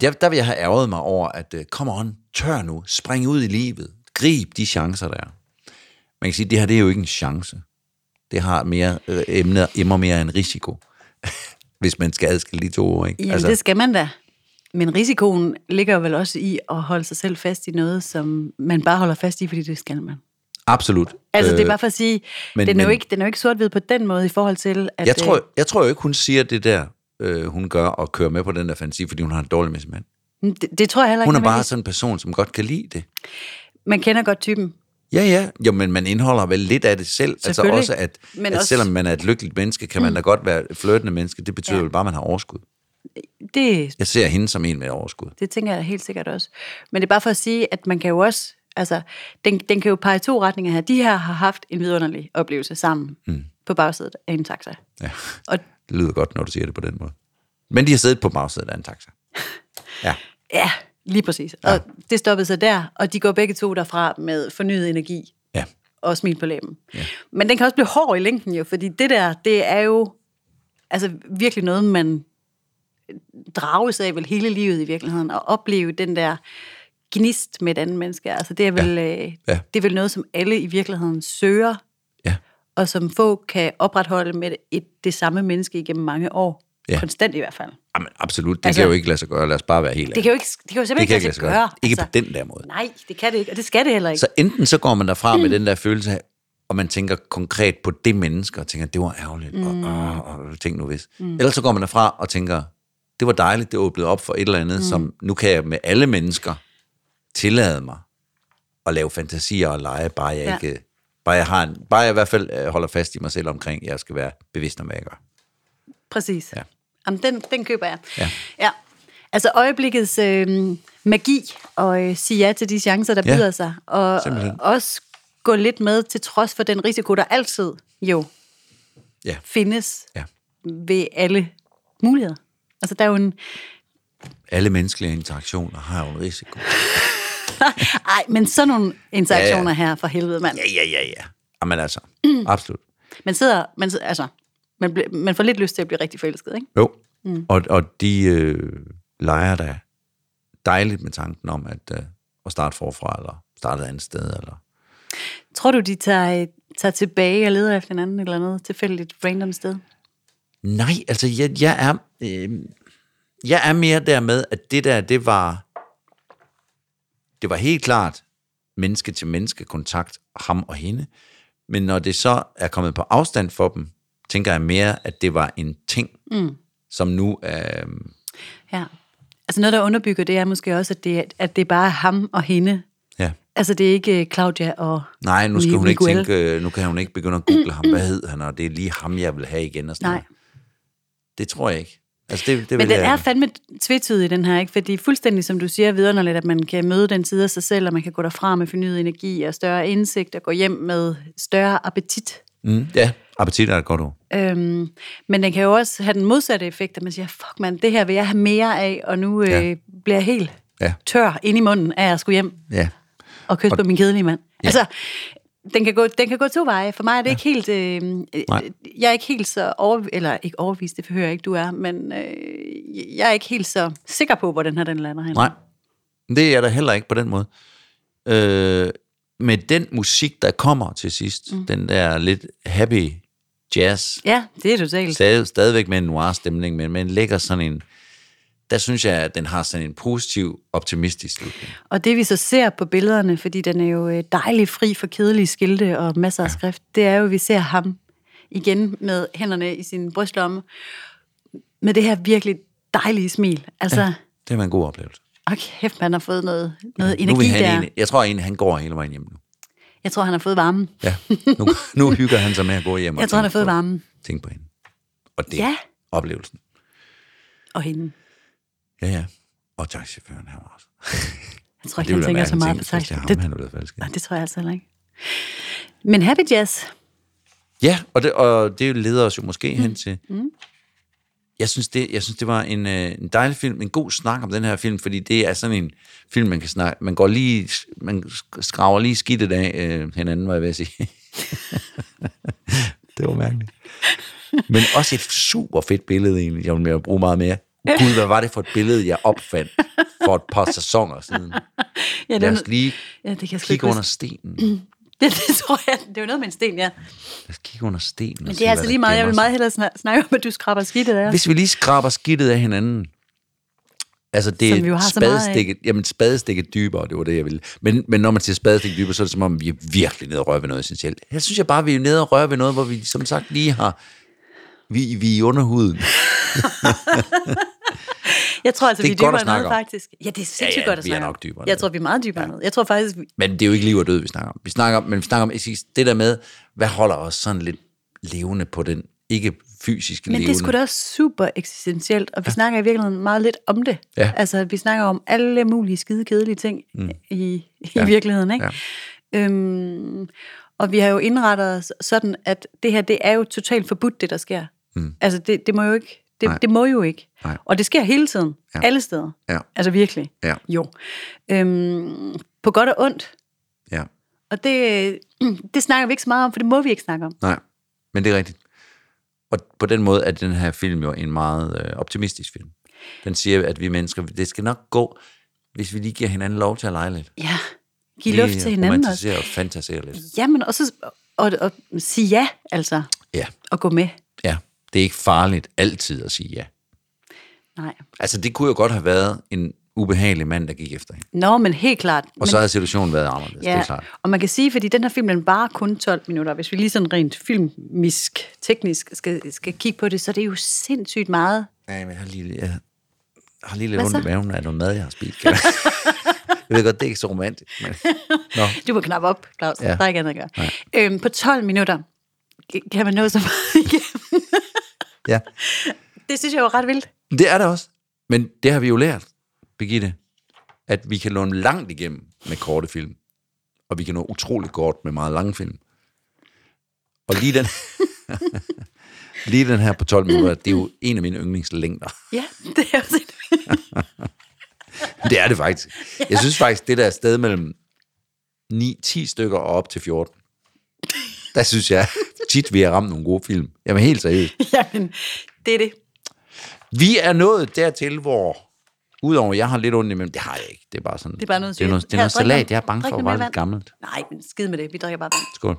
Speaker 1: der, der vil jeg have ærget mig over, at øh, come on, tør nu, spring ud i livet, grib de chancer, der er. Man kan sige, det her det er jo ikke en chance. Det har mere øh, emner, emmer mere en risiko, hvis man skal adskille de to ord. Ikke?
Speaker 2: Jamen, altså, det skal man da. Men risikoen ligger jo vel også i at holde sig selv fast i noget, som man bare holder fast i, fordi det skal man.
Speaker 1: Absolut.
Speaker 2: Altså, øh, det er
Speaker 1: Øh,
Speaker 2: bare for at sige, men,
Speaker 1: men-
Speaker 2: den, er jo
Speaker 1: men-
Speaker 2: ikke, den er jo ikke sort-hvid på den måde i forhold til, at...
Speaker 1: Jeg tror,
Speaker 2: Øh,
Speaker 1: jeg tror jo ikke, hun siger det der, øh, hun gør og kører med på den der fantasi, fordi hun har en dårlig med sin mand.
Speaker 2: Det, det tror jeg heller ikke.
Speaker 1: Hun er
Speaker 2: man
Speaker 1: bare
Speaker 2: ikke-
Speaker 1: sådan en person, som godt kan lide det.
Speaker 2: Man kender godt typen.
Speaker 1: Ja, ja. Jo, men man indeholder vel lidt af det selv. Altså
Speaker 2: Selvfølgelig.
Speaker 1: også, at,
Speaker 2: Men
Speaker 1: at
Speaker 2: også- Mm.
Speaker 1: selvom man er et lykkeligt menneske, kan man da godt være et flirtende menneske. Det betyder
Speaker 2: Ja.
Speaker 1: ja. vel bare, at man har overskud.
Speaker 2: Det
Speaker 1: Jeg ser hende som en med overskud.
Speaker 2: Det tænker jeg da helt sikkert også. Men det er bare for at sige, at man kan jo også, altså, den, den kan jo pege i to retninger her. De her har haft en vidunderlig oplevelse sammen mm. på bagsædet af en taxa.
Speaker 1: Ja.
Speaker 2: Og
Speaker 1: Det lyder godt, når du siger det på den måde. Men de har siddet på bagsædet af en taxa. Ja.
Speaker 2: ja, lige præcis. Ja. Og det stoppede sig der, og de går begge to derfra med fornyet energi
Speaker 1: Ja.
Speaker 2: og smil på læben. Ja. Men den kan også blive hård i længden jo, fordi det der, det er jo altså virkelig noget, man drages af vel hele livet i virkeligheden, og opleve den der gnist med et andet menneske. Altså det er vel, ja. Øh,
Speaker 1: Ja.
Speaker 2: det er vel noget, som alle i virkeligheden søger,
Speaker 1: Ja.
Speaker 2: og som få kan opretholde med et, det samme menneske igennem mange år. Ja.
Speaker 1: Ja.
Speaker 2: Konstant i hvert fald.
Speaker 1: Jamen, absolut. Det
Speaker 2: Altså-
Speaker 1: altså, kan jo ikke lade sig gøre. Lad os bare være helt
Speaker 2: Det kan jo, ikke, det kan jo simpelthen
Speaker 1: det kan ikke
Speaker 2: lade sig gøre. altså.
Speaker 1: Ikke på den der måde.
Speaker 2: Nej, det kan det ikke, og det skal det heller ikke.
Speaker 1: Så enten så går man derfra med den der følelse af, og man tænker konkret på det menneske, og tænker, det var ærgerligt, mm. og, og, og tænk nu hvis. Mm. Ellers så går man derfra og tænker, det var dejligt, det åbnede op for et eller andet, mm. som nu kan jeg med alle mennesker tillade mig at lave fantasier og lege, bare jeg
Speaker 2: Ja.
Speaker 1: ja. ikke... Bare jeg, har en, bare jeg i hvert fald øh, holder fast i mig selv omkring, at jeg skal være bevidst om, hvad jeg gør.
Speaker 2: Præcis. Ja.
Speaker 1: Ja.
Speaker 2: Jamen, den, den køber jeg.
Speaker 1: Ja.
Speaker 2: ja. Altså øjeblikkets øh, magi og øh, sige ja til de chancer, der
Speaker 1: Ja.
Speaker 2: byder sig. Og
Speaker 1: Simpelthen.
Speaker 2: også gå lidt med til trods for den risiko, der altid jo
Speaker 1: Ja,
Speaker 2: findes
Speaker 1: ja.
Speaker 2: ved alle muligheder. Altså der er jo en...
Speaker 1: Alle menneskelige interaktioner har jo en risiko.
Speaker 2: Ej, men sådan nogle interaktioner ja, ja. her for helvede, mand.
Speaker 1: Ja, ja, ja, ja. Jamen altså, mm. absolut.
Speaker 2: Man sidder... Man, sidder- altså, man, bliver, man får lidt lyst til at blive rigtig forelsket, ikke?
Speaker 1: Jo, mm. og, og de øh, leger da dejligt med tanken om at, øh, at starte forfra, eller starte et andet sted, eller...
Speaker 2: Tror du, de tager, øh, tager tilbage og leder efter hinanden et eller andet tilfældigt random sted?
Speaker 1: Nej, altså, jeg, jeg er... Øh, jeg er mere dermed, at det der, det var... Det var helt klart menneske til menneske kontakt, ham og hende. Men når det så er kommet på afstand for dem, tænker jeg mere, at det var en ting, mm. som nu er... Øh,
Speaker 2: Ja. Altså noget, der underbygger det, er måske også, at det, er- at det bare er ham og hende.
Speaker 1: ja.
Speaker 2: Altså det er ikke øh, Claudia og
Speaker 1: Nej, nu skal
Speaker 2: Mi-
Speaker 1: hun ikke
Speaker 2: Miguel.
Speaker 1: tænke, øh, nu kan hun ikke begynde at google ham, hvad hed han, og det er lige ham, jeg vil have igen. Og sådan
Speaker 2: Nej.
Speaker 1: noget. Det tror jeg ikke. Altså, det, det
Speaker 2: Men
Speaker 1: vil
Speaker 2: den
Speaker 1: jeg,
Speaker 2: er fandme tvetydig, den her, ikke? Fordi fuldstændig, som du siger, vidunderligt, at man kan møde den side af sig selv, og man kan gå derfra med fornyet energi og større indsigt, og gå hjem med større appetit.
Speaker 1: mm, ja, appetit er et godt ord.
Speaker 2: Øhm, men den kan jo også have den modsatte effekt, at man siger, fuck mand, det her vil jeg have mere af, og nu øh,
Speaker 1: Ja.
Speaker 2: bliver jeg helt
Speaker 1: Ja.
Speaker 2: tør ind i munden af at skulle hjem
Speaker 1: Ja.
Speaker 2: og kysse på min kedelige mand. Ja. Altså, den kan, gå, den kan gå to veje. For mig er det ja. ikke helt... Øh, øh,
Speaker 1: Nej.
Speaker 2: jeg er ikke helt så over, eller ikke overbevist, det forhører jeg ikke, du er, men øh, jeg er ikke helt så sikker på, hvor den her den lander hen.
Speaker 1: Nej, det er jeg da heller ikke på den måde. Øh, med den musik, der kommer til sidst, mm. den der lidt happy jazz,
Speaker 2: Ja, det er totalt.
Speaker 1: stadig, stadigvæk med en noir stemning, men, men lægger sådan en, der synes jeg, at den har sådan en positiv, optimistisk slutning.
Speaker 2: Og det vi så ser på billederne, fordi den er jo øh, dejlig fri for kedelige skilte og masser af skrift, det er jo, at vi ser ham igen med hænderne i sin brystlomme, med det her virkelig dejlige smil. Altså, ja.
Speaker 1: Det var en god oplevelse.
Speaker 2: og kæft, man har fået noget, noget
Speaker 1: nu vil
Speaker 2: energi
Speaker 1: han
Speaker 2: der.
Speaker 1: egentlig, jeg tror egentlig, han går hele vejen hjem nu.
Speaker 2: Jeg tror, han har fået varmen.
Speaker 1: Ja, nu, nu hygger han sig med at gå hjem og
Speaker 2: Jeg tror, han har
Speaker 1: tænke
Speaker 2: fået
Speaker 1: på-
Speaker 2: varmen.
Speaker 1: Tænk på hende. Og det
Speaker 2: Ja.
Speaker 1: ja. oplevelsen.
Speaker 2: Og hende.
Speaker 1: Ja, ja. Og taxichaufføren her også.
Speaker 2: Jeg tror
Speaker 1: Det
Speaker 2: ikke, han
Speaker 1: ville
Speaker 2: tænker
Speaker 1: være,
Speaker 2: så meget på
Speaker 1: tænkte, hvis
Speaker 2: sex.
Speaker 1: det er ham,
Speaker 2: Det,
Speaker 1: han er blevet forelsket. i.
Speaker 2: nej, det tror jeg altså heller ikke. Men Happy Jazz,
Speaker 1: Ja, og det, og det leder os jo måske mm. hen til... Mm. Jeg synes, det, jeg synes, det var en, øh, en dejlig film, en god snak om den her film, fordi det er sådan en film, man kan snakke... Man går lige... Man sk- skraver lige skidtet af øh, hinanden, var jeg ved at sige. det var mærkeligt. Men også et super fedt billede, egentlig, jeg vil bruge meget mere. Gud, hvad var det for et billede, jeg opfandt for et par sæsoner siden?
Speaker 2: ja, det,
Speaker 1: Lad
Speaker 2: er
Speaker 1: os
Speaker 2: noget-
Speaker 1: lige
Speaker 2: ja, det kan jeg sgu ikke
Speaker 1: kigge under
Speaker 2: huske.
Speaker 1: stenen.
Speaker 2: Ja, det tror jeg. Det er jo noget med en sten, ja.
Speaker 1: Lad os kigge under stenen.
Speaker 2: Men det er altså lige meget. Jeg vil meget hellere snak- snakke om, at du skraber skidtet af.
Speaker 1: Hvis vi lige skraber skidtet af hinanden. Altså det
Speaker 2: Som vi jo
Speaker 1: er
Speaker 2: har så meget af.
Speaker 1: spadestikket, jamen spadestikket dybere, det var det, jeg ville. Men, men når man siger spadestikket dybere, så er det som om, vi er virkelig nede og røre ved noget essentielt. Her synes jeg bare, vi er nede og røre ved noget, hvor vi som sagt lige har... Vi, vi er i underhuden.
Speaker 2: Jeg tror altså,
Speaker 1: Det
Speaker 2: vi
Speaker 1: er
Speaker 2: er
Speaker 1: godt
Speaker 2: dybere
Speaker 1: at snakke
Speaker 2: end noget,
Speaker 1: om.
Speaker 2: faktisk. Ja, det er
Speaker 1: Ja,
Speaker 2: sindssygt
Speaker 1: ja,
Speaker 2: godt at
Speaker 1: vi er
Speaker 2: snakke om.
Speaker 1: nok dybere end
Speaker 2: Jeg
Speaker 1: noget.
Speaker 2: tror, vi er meget dybere ja. end noget. Jeg tror faktisk, vi-
Speaker 1: Men det er jo ikke liv og død, vi snakker om. Vi snakker om, men vi snakker om præcis det der med, hvad holder os sådan lidt levende på den ikke fysiske
Speaker 2: Men
Speaker 1: levende.
Speaker 2: det skulle da også super eksistentielt, og vi ja. snakker i virkeligheden meget lidt om det.
Speaker 1: Ja.
Speaker 2: Altså, vi snakker om alle mulige skide kedelige ting mm. i, i ja.
Speaker 1: Ja.
Speaker 2: virkeligheden, ikke? Ja. Øhm, og vi har jo indrettet os sådan, at det her, det er jo totalt forbudt, det der sker. Mm. Altså, det, det må jo ikke.
Speaker 1: Nej.
Speaker 2: Det, det må jo ikke.
Speaker 1: Nej.
Speaker 2: Og det sker hele tiden. Ja. Alle steder.
Speaker 1: Ja.
Speaker 2: Altså, virkelig.
Speaker 1: Ja.
Speaker 2: Jo. Øhm, på godt og ondt.
Speaker 1: Ja,
Speaker 2: Og det, det snakker vi ikke så meget om, for det må vi ikke snakke om.
Speaker 1: nej, men det er rigtigt. Og på den måde er den her film jo en meget øh, optimistisk film. Den siger, at vi mennesker, det skal nok gå, hvis vi lige giver hinanden lov til at lege lidt.
Speaker 2: Ja. Give luft
Speaker 1: Lige
Speaker 2: til hinanden også.
Speaker 1: romantisere og fantasere lidt.
Speaker 2: Jamen, og så og, og sige ja, altså,
Speaker 1: Ja,
Speaker 2: og gå med.
Speaker 1: ja. Det er ikke farligt altid at sige ja.
Speaker 2: Nej.
Speaker 1: Altså, det kunne jo godt have været en ubehagelig mand, der gik efter hende.
Speaker 2: Nå, men helt klart.
Speaker 1: Og men, så havde situationen været anderledes, ja. det er klart.
Speaker 2: og man kan sige, fordi den her film, den var kun 12 minutter. Hvis vi lige sådan rent filmisk, teknisk skal, skal kigge på det, så det er jo sindssygt meget.
Speaker 1: Nej, men jeg har lige, jeg har lige lidt
Speaker 2: Hvad
Speaker 1: ondt i
Speaker 2: så?
Speaker 1: maven af noget mad, jeg har spist. Kan jeg? jeg ved godt, det er ikke så romantisk. Men... Nå,
Speaker 2: Du må knappe op, Claus. Ja.
Speaker 1: Ja.
Speaker 2: Der er ikke andet at gøre. Øhm, på 12 minutter kan man nå så meget igennem.
Speaker 1: ja.
Speaker 2: Det synes jeg var ret vildt.
Speaker 1: Det er det også. Men det har vi jo lært, Birgitte, at vi kan låne langt igennem med korte film. Og vi kan nå utrolig godt med meget lange film. Og lige den, lige den her på 12 minutter, det er jo en af mine yndlingslængder.
Speaker 2: Ja, det er også
Speaker 1: Det er det faktisk. Jeg synes faktisk, det der sted mellem 9-10 stykker og op til 14, der synes jeg tit, vi har ramt nogle gode film. Jamen helt seriøst.
Speaker 2: Jamen, det er det.
Speaker 1: Vi er nået dertil, hvor udover jeg har lidt ondt imellem, det har jeg ikke. Det er bare sådan.
Speaker 2: Det er bare noget,
Speaker 1: det
Speaker 2: du
Speaker 1: er
Speaker 2: siger.
Speaker 1: noget, det er
Speaker 2: Her,
Speaker 1: noget
Speaker 2: drik
Speaker 1: salat,
Speaker 2: noget-
Speaker 1: jeg er bange
Speaker 2: drik
Speaker 1: for, at
Speaker 2: noget
Speaker 1: var
Speaker 2: mere
Speaker 1: lidt
Speaker 2: vand.
Speaker 1: gammelt.
Speaker 2: Nej, men skid med det. Vi drikker bare vand.
Speaker 1: Skål.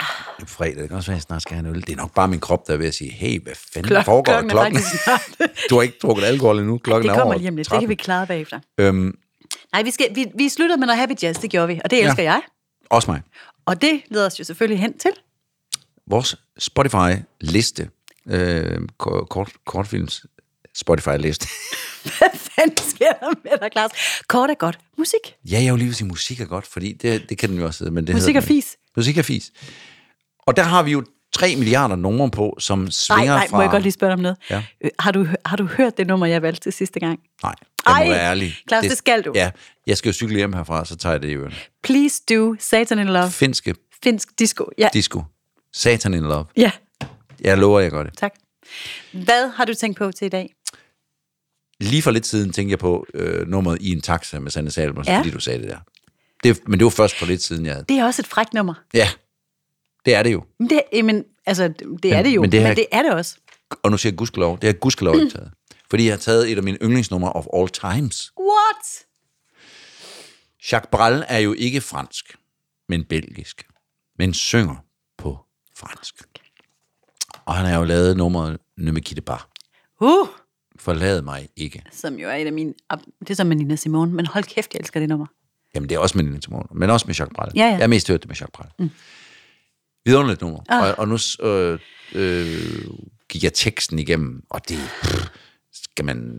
Speaker 2: Ah.
Speaker 1: Det er fredag, det kan også være, at jeg snart skal have en øl. Det er nok bare min krop, der er ved at sige, hey, hvad fanden Klok- foregår der
Speaker 2: klokken er
Speaker 1: klokken?
Speaker 2: faktisk snart.
Speaker 1: du har ikke drukket alkohol endnu, klokken
Speaker 2: Det
Speaker 1: er
Speaker 2: kommer
Speaker 1: over
Speaker 2: lige om lidt. Det
Speaker 1: 13.
Speaker 2: kan vi klare bagefter.
Speaker 1: Øhm,
Speaker 2: Nej, vi, skal, vi, vi sluttede med noget happy jazz, det gjorde vi, og det elsker ja. jeg.
Speaker 1: også mig.
Speaker 2: Og det leder os jo selvfølgelig hen til.
Speaker 1: vores Spotify-liste, øh, ko- kort, kortfilms Spotify-liste.
Speaker 2: Hvad fanden sker der med dig, Klaus? Kort er godt. Musik.
Speaker 1: ja, jeg vil lige vil sige, musik er godt, fordi det, det kan den jo også hedde. Men det
Speaker 2: Musik
Speaker 1: hedder
Speaker 2: og
Speaker 1: den ikke.
Speaker 2: fis.
Speaker 1: Musik og fis. Og der har vi jo 3 milliarder numre på, som
Speaker 2: Nej,
Speaker 1: svinger
Speaker 2: nej,
Speaker 1: fra...
Speaker 2: må jeg godt lige spørge dig om noget?
Speaker 1: Ja.
Speaker 2: Øh, Har, du, har du hørt det nummer, jeg valgte til sidste gang?
Speaker 1: Nej, jeg
Speaker 2: Ej,
Speaker 1: må være ærlig.
Speaker 2: Claus, det skal du.
Speaker 1: Ja, jeg skal jo cykle hjem herfra, så tager jeg det i øvrigt.
Speaker 2: Please do Satan in Love.
Speaker 1: Finske
Speaker 2: Finsk disco. Ja,
Speaker 1: disco. Satan in love.
Speaker 2: ja
Speaker 1: Jeg lover, jeg gør det.
Speaker 2: tak. Hvad har du tænkt på til i dag?
Speaker 1: Lige for lidt siden tænkte jeg på øh, nummeret I en taxa med Sanne Salmers,
Speaker 2: Ja.
Speaker 1: ja. fordi du sagde det der. Det, men det var først for lidt siden, jeg havde.
Speaker 2: Det er også et frækt nummer.
Speaker 1: Ja, det er det jo.
Speaker 2: Men det, jamen, altså, det er det jo, men
Speaker 1: men
Speaker 2: det,
Speaker 1: det her-
Speaker 2: men det er det også.
Speaker 1: og nu siger jeg gudskelov, det har jeg gudskelov ikke taget. Fordi jeg har taget et af mine yndlingsnumre of all times.
Speaker 2: What?
Speaker 1: Jacques Brel er jo ikke fransk, men belgisk. Men synger på fransk. Og han har jo lavet nummeret Ne me quitte pas.
Speaker 2: Uh,
Speaker 1: Forlad mig ikke.
Speaker 2: som jo er et af mine... Det er som med Nina Simone, men hold kæft, jeg elsker det nummer.
Speaker 1: Jamen, det er også med Nina Simone, men også med Jacques Brel.
Speaker 2: Ja, ja.
Speaker 1: Jeg har mest hørt det med Jacques Brel. Mm. Vidunderligt nummer. Ah. Og, og nu øh, øh, gik jeg teksten igennem, og det pff, skal man...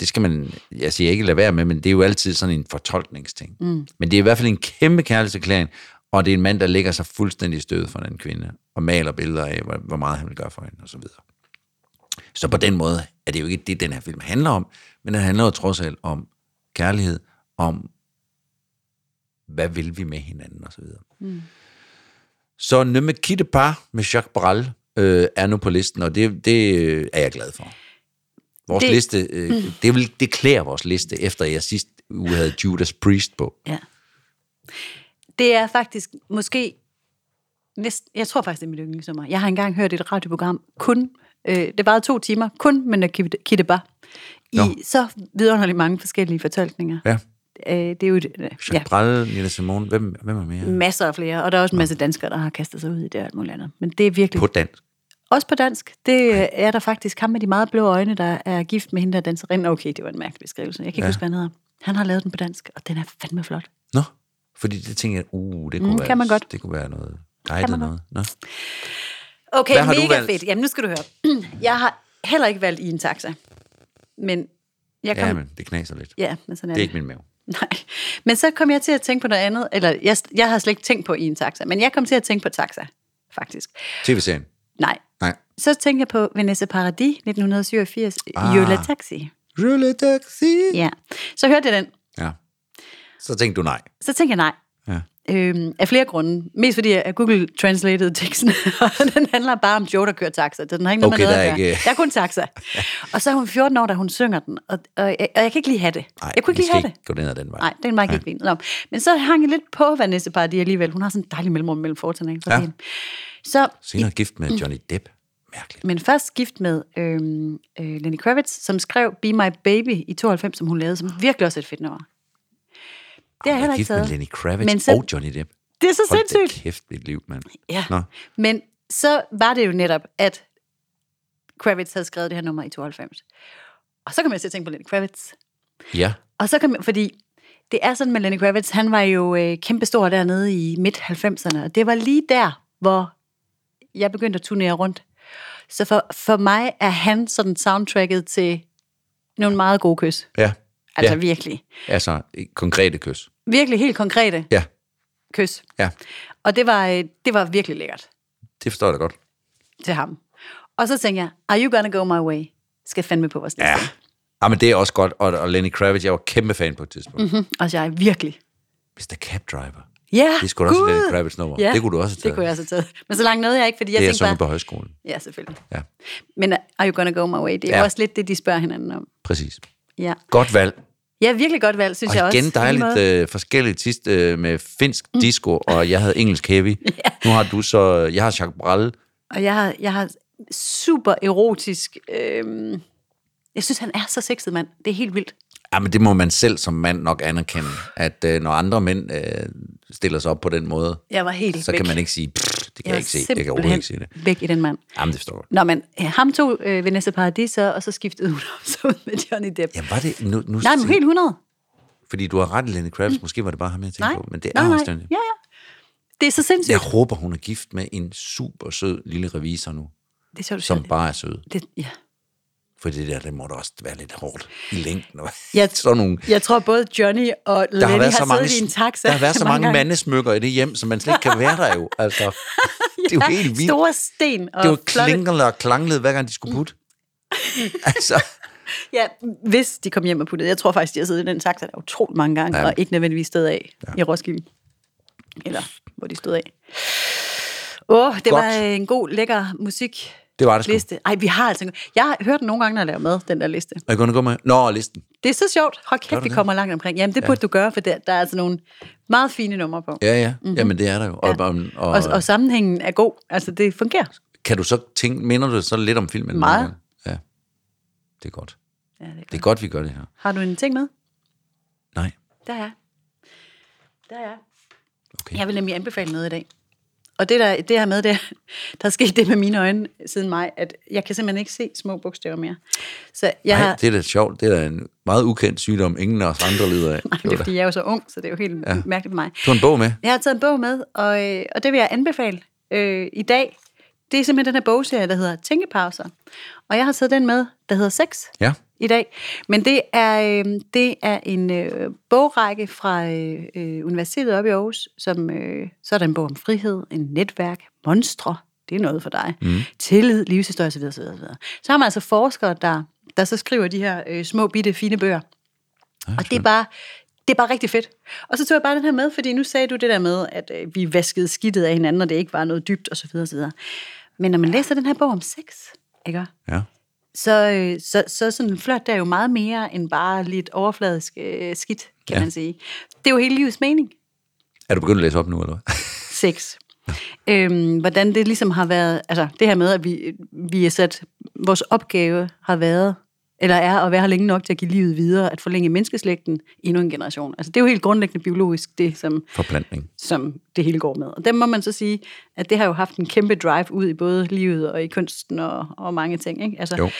Speaker 1: Det skal man, jeg siger ikke lade være med, men det er jo altid sådan en fortolkningsting. Mm. Men det er i hvert fald en kæmpe kærlighedserklæring, og det er en mand, der lægger sig fuldstændig stød for den kvinde, og maler billeder af, hvor, hvor meget han vil gøre for hende, og så videre. Så på den måde er det jo ikke det, den her film handler om, men den handler jo trods alt om kærlighed, om hvad vil vi med hinanden og så videre. Mm. Så Nømme Kitte Par med Jacques Brel øh, er nu på listen, og det, det øh, er jeg glad for. Vores
Speaker 2: Det-
Speaker 1: det, liste, øh, mm. det, vil, det klæder vores liste, efter jeg sidst uge havde Judas Priest på.
Speaker 2: Ja. Det er faktisk måske... Næsten, jeg tror faktisk, det er mit yndlingsnummer. Jeg har engang hørt et radioprogram kun... Øh, det varede to timer, kun med Nakib- Kidebar. I
Speaker 1: Nå.
Speaker 2: så vidunderligt mange forskellige fortolkninger.
Speaker 1: Ja.
Speaker 2: Øh, det er jo... et- Øh, ja, Mm.
Speaker 1: Jacques ja. Brel, Nina Simone, hvem, hvem er mere?
Speaker 2: masser af flere, og der er også en masse danskere, der har kastet sig ud i det og alt muligt andet. Men det er virkelig...
Speaker 1: På dansk.
Speaker 2: Også på dansk. Det øh, er der faktisk ham med de meget blå øjne, der er gift med hende, der danser ind. Okay, det var en mærkelig beskrivelse. Jeg kan ikke ja. huske, hvad han hedder. Han har lavet den på dansk, og den er fandme flot.
Speaker 1: Nå, fordi det tænker jeg, uh, det kunne,
Speaker 2: Mm,
Speaker 1: være,
Speaker 2: kan man godt.
Speaker 1: Det kunne være noget dejligt noget. Nå.
Speaker 2: Okay,
Speaker 1: Hvad har du
Speaker 2: mega
Speaker 1: valgt?
Speaker 2: fedt. Jamen, nu skal du høre. Jeg har heller ikke valgt i en taxa. Men jeg kom...
Speaker 1: Ja, men det knaser lidt.
Speaker 2: ja, men sådan er
Speaker 1: Det er ikke min mave.
Speaker 2: Nej, men så kom jeg til at tænke på noget andet, eller jeg, jeg har slet ikke tænkt på i en taxa, men jeg kom til at tænke på taxa, faktisk.
Speaker 1: TV-serien.
Speaker 2: Nej,
Speaker 1: Nej.
Speaker 2: så tænkte jeg på Vanessa Paradis 1987,
Speaker 1: Ah.
Speaker 2: ah. Yola Taxi.
Speaker 1: Rulle taxi.
Speaker 2: Ja, så hørte jeg den,
Speaker 1: Ja. Så tænkte du nej.
Speaker 2: så tænkte jeg nej.
Speaker 1: Ja.
Speaker 2: Øhm, af flere grunde. Mest fordi jeg Google translated teksten, og den handler bare om Joe, der kører taxa. Den har ikke noget
Speaker 1: Okay,
Speaker 2: med
Speaker 1: der
Speaker 2: noget
Speaker 1: er
Speaker 2: at gøre.
Speaker 1: ikke-
Speaker 2: Der er kun taxa. Og så er hun 14 år, da hun synger den, og, og, og, jeg, og jeg kan ikke lige have det.
Speaker 1: Nej,
Speaker 2: jeg kunne ikke
Speaker 1: vi
Speaker 2: lige
Speaker 1: skal
Speaker 2: have det.
Speaker 1: ikke gå ned ad den vej.
Speaker 2: Nej, den var ikke helt fin. Nå, Men så hang jeg lidt på Vanessa Paradis alligevel. Hun har sådan en dejlig mellemrum mellem fortænderne.
Speaker 1: Ja.
Speaker 2: Ja. Så,
Speaker 1: Senere gift med Johnny Depp. Mærkeligt.
Speaker 2: men først gift med øhm, øh, Lenny Kravitz, som skrev Be My Baby i 92, som hun lavede, som virkelig også er et fedt nummer. Det har jeg
Speaker 1: Jeg
Speaker 2: heller
Speaker 1: er gift
Speaker 2: ikke
Speaker 1: med Lenny
Speaker 2: taget.
Speaker 1: Kravitz
Speaker 2: Men
Speaker 1: men
Speaker 2: så-
Speaker 1: så... og Johnny Depp.
Speaker 2: Det er så
Speaker 1: Hold da
Speaker 2: sindssygt.
Speaker 1: kæft, dit liv, mand.
Speaker 2: Ja.
Speaker 1: Nå,
Speaker 2: Men så var det jo netop, at Kravitz havde skrevet det her nummer i 92. Og så kom jeg til at tænke på Lenny Kravitz.
Speaker 1: ja.
Speaker 2: Og så kom jeg, fordi det er sådan med Lenny Kravitz, han var jo øh, kæmpestor dernede i midt-90'erne, og det var lige der, hvor jeg begyndte at turnere rundt. Så for, for mig er han sådan soundtracket til nogle meget gode kys.
Speaker 1: Ja.
Speaker 2: Altså ja.
Speaker 1: ja.
Speaker 2: virkelig.
Speaker 1: Altså, et konkrete kys.
Speaker 2: Virkelig helt konkrete
Speaker 1: Ja,
Speaker 2: kys.
Speaker 1: ja.
Speaker 2: Og det var, øh, det var virkelig lækkert.
Speaker 1: Det forstår jeg da godt.
Speaker 2: til ham. Og så tænkte jeg, Are You Gonna Go My Way? Skal fandme på vores
Speaker 1: Ja.
Speaker 2: liste.
Speaker 1: Ja, men det er også godt. Og, og Lenny Kravitz, jeg var kæmpe fan på et tidspunkt. Mm.
Speaker 2: Mm, og jeg er virkelig.
Speaker 1: Mr. Cab Driver.
Speaker 2: Ja,
Speaker 1: Det skulle også
Speaker 2: Ah, Gud!
Speaker 1: Lenny Kravitz nummer.
Speaker 2: Ja,
Speaker 1: det kunne du også have
Speaker 2: Det
Speaker 1: taget.
Speaker 2: kunne jeg også have taget. Men så langt nåede jeg ikke, fordi jeg
Speaker 1: det er jeg
Speaker 2: tænkte bare...
Speaker 1: sunget på højskolen.
Speaker 2: Ja, selvfølgelig.
Speaker 1: Ja,
Speaker 2: Men uh, Are You Gonna Go My Way? Det er ja.
Speaker 1: Ja.
Speaker 2: også lidt det, de spørger hinanden om.
Speaker 1: præcis.
Speaker 2: Ja,
Speaker 1: Godt valg.
Speaker 2: ja virkelig godt valg, synes jeg
Speaker 1: Og
Speaker 2: også.
Speaker 1: igen
Speaker 2: på lige Mm.
Speaker 1: dejligt
Speaker 2: måde.
Speaker 1: øh, forskelligt sidst øh, med finsk disco, og jeg havde engelsk heavy. Nu har du så, jeg har Jacques Brel.
Speaker 2: Og jeg har, jeg har super erotisk... Øhm, jeg synes, han er så sexet, mand. Det er helt vildt.
Speaker 1: Ja, men det må man selv som mand nok anerkende, at øh, når andre mænd øh, stiller sig op på den måde,
Speaker 2: Jeg var helt
Speaker 1: så
Speaker 2: væk.
Speaker 1: kan man ikke sige, "Pff, det kan jeg,
Speaker 2: var
Speaker 1: ikke se, jeg kan overhovedet
Speaker 2: simpelthen
Speaker 1: ikke se det.
Speaker 2: væk i den mand.
Speaker 1: Jamen, det forstår jeg. godt.
Speaker 2: Nå, men øh, ham tog øh, Vanessa Paradis, så, og så skiftede hun om så ud med Johnny Depp.
Speaker 1: Ja, var det nu, nu
Speaker 2: Nej, men helt 100.
Speaker 1: fordi du har ret, Lenny Kravitz, måske var det bare ham, jeg tænkte
Speaker 2: Nej.
Speaker 1: på, men det er
Speaker 2: nej,
Speaker 1: hun
Speaker 2: nej.
Speaker 1: stadig.
Speaker 2: Ja, ja. Det er så sindssygt.
Speaker 1: Jeg håber, hun er gift med en super sød lille revisor nu,
Speaker 2: Det er sjovt, du
Speaker 1: som
Speaker 2: siger det.
Speaker 1: bare er sød.
Speaker 2: det, ja.
Speaker 1: For det der, det må da også være lidt hårdt i længden.
Speaker 2: Jeg-
Speaker 1: Sådan nogle
Speaker 2: Jeg tror både Johnny og Lenny
Speaker 1: der
Speaker 2: har,
Speaker 1: har været så mange,
Speaker 2: siddet i en taxa.
Speaker 1: der har været så mange,
Speaker 2: gange.
Speaker 1: mandesmykker i det hjem, som man slet ikke kan være der jo. Altså, det er jo helt vildt.
Speaker 2: Store sten og
Speaker 1: det var
Speaker 2: flotte- Mm.
Speaker 1: klinkende og klanglede, hver gang de skulle putte. altså,
Speaker 2: Ja, hvis de kom hjem og puttede. Jeg tror faktisk, de har siddet i den taxa der utrolig mange gange, ja. og ikke nødvendigvis stod af ja. i Roskilde. Eller hvor de stod af. Åh, oh, det
Speaker 1: Godt.
Speaker 2: Godt. var øh, en god, lækker musik.
Speaker 1: Det var det sgu.
Speaker 2: Liste. Ej, vi har altså... en- Jeg har hørt den nogle gange, når jeg laver med, den der liste.
Speaker 1: er jeg gå med? Nå, listen.
Speaker 2: Det er så sjovt. Hold
Speaker 1: Gør
Speaker 2: kæft,
Speaker 1: du
Speaker 2: vi
Speaker 1: det?
Speaker 2: kommer langt omkring. Jamen, det ja. burde du gøre, for der, der er altså nogle meget fine numre på.
Speaker 1: Ja, ja. Mm-hmm. Jamen, det er der jo. Og, og, og,
Speaker 2: Mhm. Og, og, og sammenhængen er god. Altså, det fungerer.
Speaker 1: kan du så tænke, minder du så lidt om filmen?
Speaker 2: Meget.
Speaker 1: nogle gange? Ja, det er godt.
Speaker 2: Ja, det er godt.
Speaker 1: Det er godt, vi gør det her.
Speaker 2: Har du en ting med?
Speaker 1: Nej,
Speaker 2: Der er. jeg. Der er. jeg.
Speaker 1: okay.
Speaker 2: Jeg vil nemlig anbefale noget i dag. Og det der, det her med, det, er- der er sket det med mine øjne siden mig, at jeg kan simpelthen ikke se små bogstaver mere. Så jeg
Speaker 1: Nej,
Speaker 2: har...
Speaker 1: det er da sjovt. Det er da en meget ukendt sygdom, ingen af os andre lider af.
Speaker 2: Nej, det er fordi, jeg er jo så ung, så det er jo helt ja. mærkeligt for mig.
Speaker 1: Du har en bog med.
Speaker 2: Jeg har taget en bog med, og, øh, og det vil jeg anbefale øh, i dag. Det er simpelthen den her bogserie, der hedder Tænkepauser. Og jeg har taget den med, der hedder Sex
Speaker 1: Ja.
Speaker 2: i dag. Men det er, øh, det er en øh, bogrække fra øh, øh, Universitetet oppe i Aarhus, som øh, så er der en bog om frihed, en netværk, monstre, det er noget for dig, mm. tillid, livshistorie osv. osv., osv. Så har man altså forskere, der, der så skriver de her øh, små, bitte, fine bøger. Og det er bare... Det er bare rigtig fedt. Og så tog jeg bare den her med, fordi nu sagde du det der med, at øh, vi vaskede skidtet af hinanden, og det ikke var noget dybt osv. osv. Men når man læser den her bog om sex, ikke?
Speaker 1: Ja.
Speaker 2: så, øh, så, så sådan en flot, der er jo meget mere end bare lidt overfladisk øh, skidt, kan ja.
Speaker 1: Ja.
Speaker 2: man sige. Det er jo hele livets mening.
Speaker 1: Er du begyndt at læse op nu, eller hvad?
Speaker 2: Sex. Øhm, hvordan det ligesom har været, altså det her med, at vi, vi er sat, vores opgave har været, eller er at være her længe nok til at give livet videre, at forlænge menneskeslægten endnu en generation. Altså det er jo helt grundlæggende biologisk, det som,
Speaker 1: Forplantning.
Speaker 2: som det hele går med. Og der må man så sige, at det har jo haft en kæmpe drive ud i både livet og i kunsten og, og mange ting. Ikke? Altså,
Speaker 1: Jo.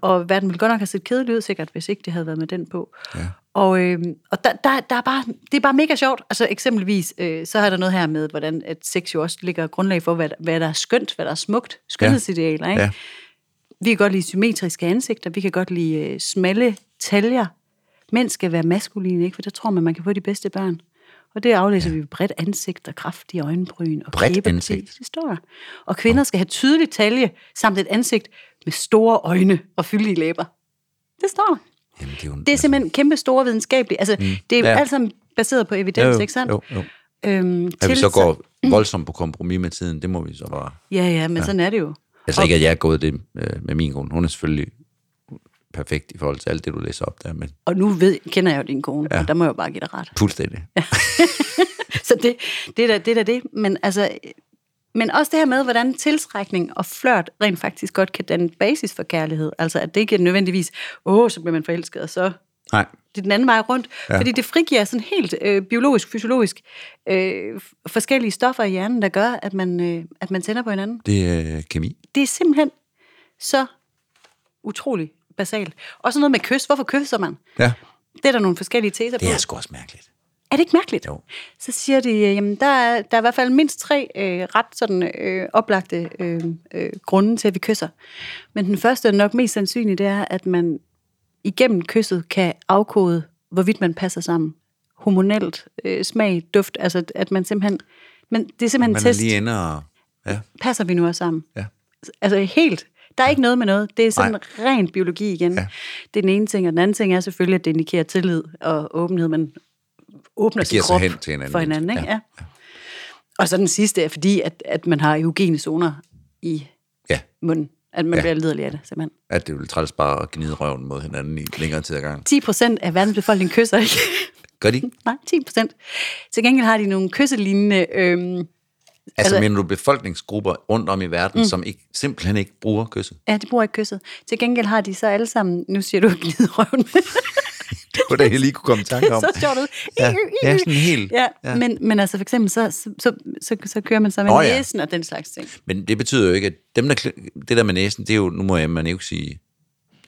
Speaker 2: Og verden ville godt nok have set kedelig ud, sikkert, hvis ikke det havde været med den på.
Speaker 1: Ja.
Speaker 2: Og, øh, og der, der, der er bare, det er bare mega sjovt. Altså eksempelvis, øh, så har der noget her med, hvordan at sex jo også ligger grundlag for, hvad, hvad der er skønt, hvad der er smukt, skønhedsidealer. Ikke?
Speaker 1: Ja.
Speaker 2: Vi kan godt lide symmetriske ansigter, vi kan godt lide øh, smalle taljer. Mænd skal være maskuline, ikke? for der tror man, man kan få de bedste børn. Og det aflæser ja. vi ved bredt ansigt og kraftige øjenbryn og
Speaker 1: Bredt
Speaker 2: kæbepris.
Speaker 1: ansigt?
Speaker 2: Det står der. Og kvinder skal have tydelig talje samt et ansigt med store øjne og fyldige læber. Det står der.
Speaker 1: Jamen, det er jo en,
Speaker 2: Det er simpelthen kæmpe store videnskabelige. Altså, mm. det er
Speaker 1: Ja.
Speaker 2: ja. alt sammen baseret på evidens, ikke sandt?
Speaker 1: Jo, jo. At
Speaker 2: Øhm,
Speaker 1: vi så
Speaker 2: tilsag-
Speaker 1: går voldsomt på kompromis med tiden, det må vi så bare...
Speaker 2: Ja, ja, men ja. sådan er det jo.
Speaker 1: Altså
Speaker 2: Og-
Speaker 1: ikke, at jeg er gået det øh, med min kone. Hun er selvfølgelig perfekt i forhold til alt det, du læser op der, men
Speaker 2: Og nu ved, kender jeg jo din kone,
Speaker 1: Ja.
Speaker 2: ja. og der må jeg jo bare give dig ret.
Speaker 1: fuldstændig.
Speaker 2: Så det, det, er da, det er da det. Men, altså, men også det her med, hvordan tiltrækning og flørt rent faktisk godt kan danne basis for kærlighed. Altså at det ikke er nødvendigvis, åh, så bliver man forelsket, og så
Speaker 1: Nej,
Speaker 2: det er den anden vej rundt.
Speaker 1: Ja.
Speaker 2: Ja. Fordi det frigiver sådan helt øh, biologisk, fysiologisk øh, f- forskellige stoffer i hjernen, der gør, at man, øh, at man tænder på hinanden.
Speaker 1: det er øh, kemi.
Speaker 2: Det er simpelthen så utrolig basalt. Og sådan noget med kys. Hvorfor kysser man?
Speaker 1: Ja,
Speaker 2: Det er der nogle forskellige teser på.
Speaker 1: det er sgu også mærkeligt.
Speaker 2: Er det ikke mærkeligt?
Speaker 1: Jo.
Speaker 2: Så siger de, øh, jamen der er, der er i hvert fald mindst tre øh, ret sådan, øh, oplagte øh, øh, grunde til, at vi kysser. Men den første og nok mest sandsynlige, det er, at man igennem kysset kan afkode, hvorvidt man passer sammen. Hormonelt, øh, smag, duft, altså at man simpelthen... Men det er simpelthen
Speaker 1: Man
Speaker 2: en
Speaker 1: er
Speaker 2: test.
Speaker 1: lige inde og... Ja,
Speaker 2: Passer vi nu også sammen?
Speaker 1: ja.
Speaker 2: Altså helt. Der er ikke noget med noget. Det er sådan
Speaker 1: Nej.
Speaker 2: Nej. ren biologi igen. Ja. Det er den ene ting. Og den anden ting er selvfølgelig, at det indikerer tillid og åbenhed. Man åbner sin
Speaker 1: giver sig
Speaker 2: krop
Speaker 1: hen til hinanden.
Speaker 2: for hinanden. Ikke? Ja. Ja. Og så den sidste er fordi, at, at man har eugene zoner i
Speaker 1: ja.
Speaker 2: munden. At man
Speaker 1: Ja.
Speaker 2: ja. bliver liderlig af det, simpelthen.
Speaker 1: At det ville træls bare at gnide røven mod hinanden i længere tid ad gangen.
Speaker 2: 10 procent af verdens befolkning kysser ikke.
Speaker 1: Gør de ikke?
Speaker 2: Nej, 10 procent. Til gengæld har de nogle kysselignende... Øhm,
Speaker 1: Altså,
Speaker 2: Altså-
Speaker 1: mener du befolkningsgrupper rundt om i verden, mm. som ikke, simpelthen ikke bruger kysset?
Speaker 2: ja, de bruger ikke kysset. Til gengæld har de så alle sammen... Nu siger du gnide røven.
Speaker 1: Det var da, jeg lige kunne komme i tanke om.
Speaker 2: så sjovt ud.
Speaker 1: Ja, ja, sådan helt.
Speaker 2: Ja,
Speaker 1: Ja.
Speaker 2: ja. Men, men altså for eksempel, så, så, så, så, så kører man så med
Speaker 1: Nå
Speaker 2: oh,
Speaker 1: ja.
Speaker 2: næsen og den slags ting.
Speaker 1: Men det betyder jo ikke, at dem, der, kl- det der med næsen, det er jo, nu må jeg, man ikke sige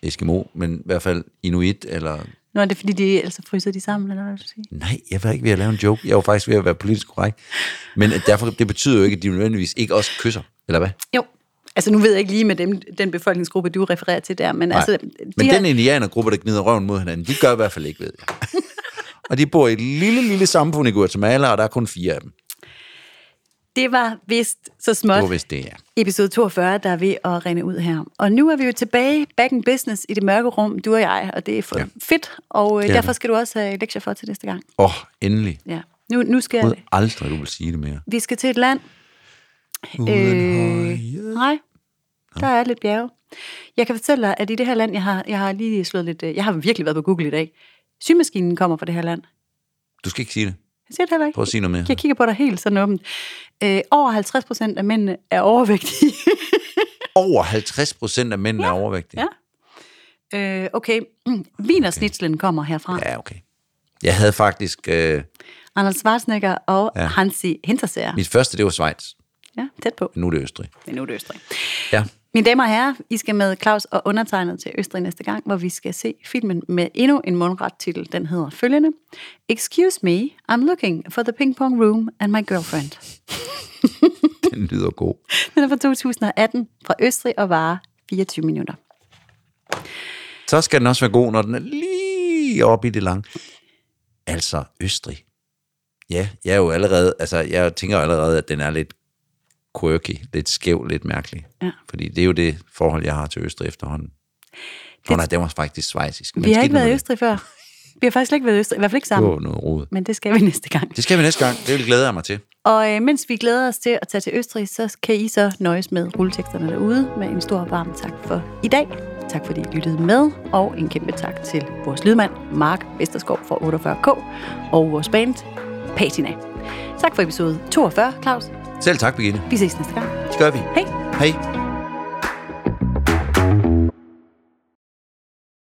Speaker 1: Eskimo, men i hvert fald Inuit, eller...
Speaker 2: Nu er det, fordi de ellers så fryser de sammen, eller hvad vil du sige?
Speaker 1: Nej, jeg var ikke ved at lave en joke. Jeg var faktisk ved at være politisk korrekt. Men at derfor, det betyder jo ikke, at de nødvendigvis ikke også kysser, eller hvad?
Speaker 2: Jo. Altså nu ved jeg ikke lige med dem, den befolkningsgruppe, du refererer til der, men Nej. altså...
Speaker 1: Nej. Men
Speaker 2: her-
Speaker 1: den indianergruppe, der gnider røven mod hinanden, de gør i hvert fald ikke, ved jeg. og de bor i et lille, lille samfund i Guatemala, og der er kun fire af dem.
Speaker 2: Det var vist så småt.
Speaker 1: Det var vist det, ja.
Speaker 2: Episode 42, der er ved at rende ud her. Og nu er vi jo tilbage back in business i det mørke rum, du og jeg, og det er for
Speaker 1: Ja.
Speaker 2: ja. fedt, og øh,
Speaker 1: er
Speaker 2: derfor
Speaker 1: det.
Speaker 2: skal du også have lektier for til næste gang.
Speaker 1: Åh, oh, endelig.
Speaker 2: Ja. Nu, nu skal
Speaker 1: Jeg ved aldrig, du vil sige det mere.
Speaker 2: Vi skal til et land.
Speaker 1: høje.
Speaker 2: Øh, nej, der er lidt bjerge. Jeg kan fortælle dig, at i det her land, jeg har, jeg har lige slået lidt... øh, Jeg har virkelig været på Google i dag. Symaskinen kommer fra det her land.
Speaker 1: Du skal ikke sige det.
Speaker 2: Jeg siger det heller ikke.
Speaker 1: Prøv at sige noget mere.
Speaker 2: Jeg kigger på dig helt sådan åbent. Øh, over 50 procent af mændene er overvægtige.
Speaker 1: Over 50 procent af mændene er overvægtige.
Speaker 2: Ja. øh, okay, mm. Wiener snitslen kommer herfra. Ja.
Speaker 1: Ja, okay. Jeg havde faktisk... Øh,
Speaker 2: Arnold Schwarzenegger og ja. Hansi Hinterseer.
Speaker 1: mit første, det var Schweiz.
Speaker 2: Ja, tæt på.
Speaker 1: Nu er det Østrig.
Speaker 2: Men nu er det Østrig.
Speaker 1: Ja.
Speaker 2: Mine damer og herrer, I skal med Claus og undertegnet til Østrig næste gang, hvor vi skal se filmen med endnu en mundret titel. Den hedder følgende. Excuse me, I'm looking for the ping pong room and my girlfriend.
Speaker 1: Den lyder god.
Speaker 2: Den er fra 2018 fra Østrig og varer 24 minutter.
Speaker 1: Så skal den også være god, når den er lige oppe i det lange. Altså, Østrig. Ja, jeg er jo allerede... Altså, jeg tænker jo allerede, at den er lidt quirky, lidt skæv, lidt mærkelig.
Speaker 2: Ja.
Speaker 1: Fordi det er jo det forhold, jeg har til Østrig efterhånden. Det... nej, den var faktisk svejsisk.
Speaker 2: Vi har ikke været i Østrig før. Vi har faktisk slet ikke været i Østrig, i hvert fald ikke
Speaker 1: Det
Speaker 2: sammen.
Speaker 1: var noget rod.
Speaker 2: Men det skal vi næste gang.
Speaker 1: Det skal vi næste gang. Det vil glæde jeg mig til.
Speaker 2: Og øh, mens vi glæder os til at tage til Østrig, så kan I så nøjes med rulleteksterne derude med en stor varm tak for i dag. Tak fordi I lyttede med, og en kæmpe tak til vores lydmand, Mark Vesterskov fra 48K, og vores band, Patina. Tak for episode 42, Claus.
Speaker 1: Selv tak, Birgitte.
Speaker 2: Vi ses næste gang.
Speaker 1: Det gør vi.
Speaker 2: Hej.
Speaker 1: Hej.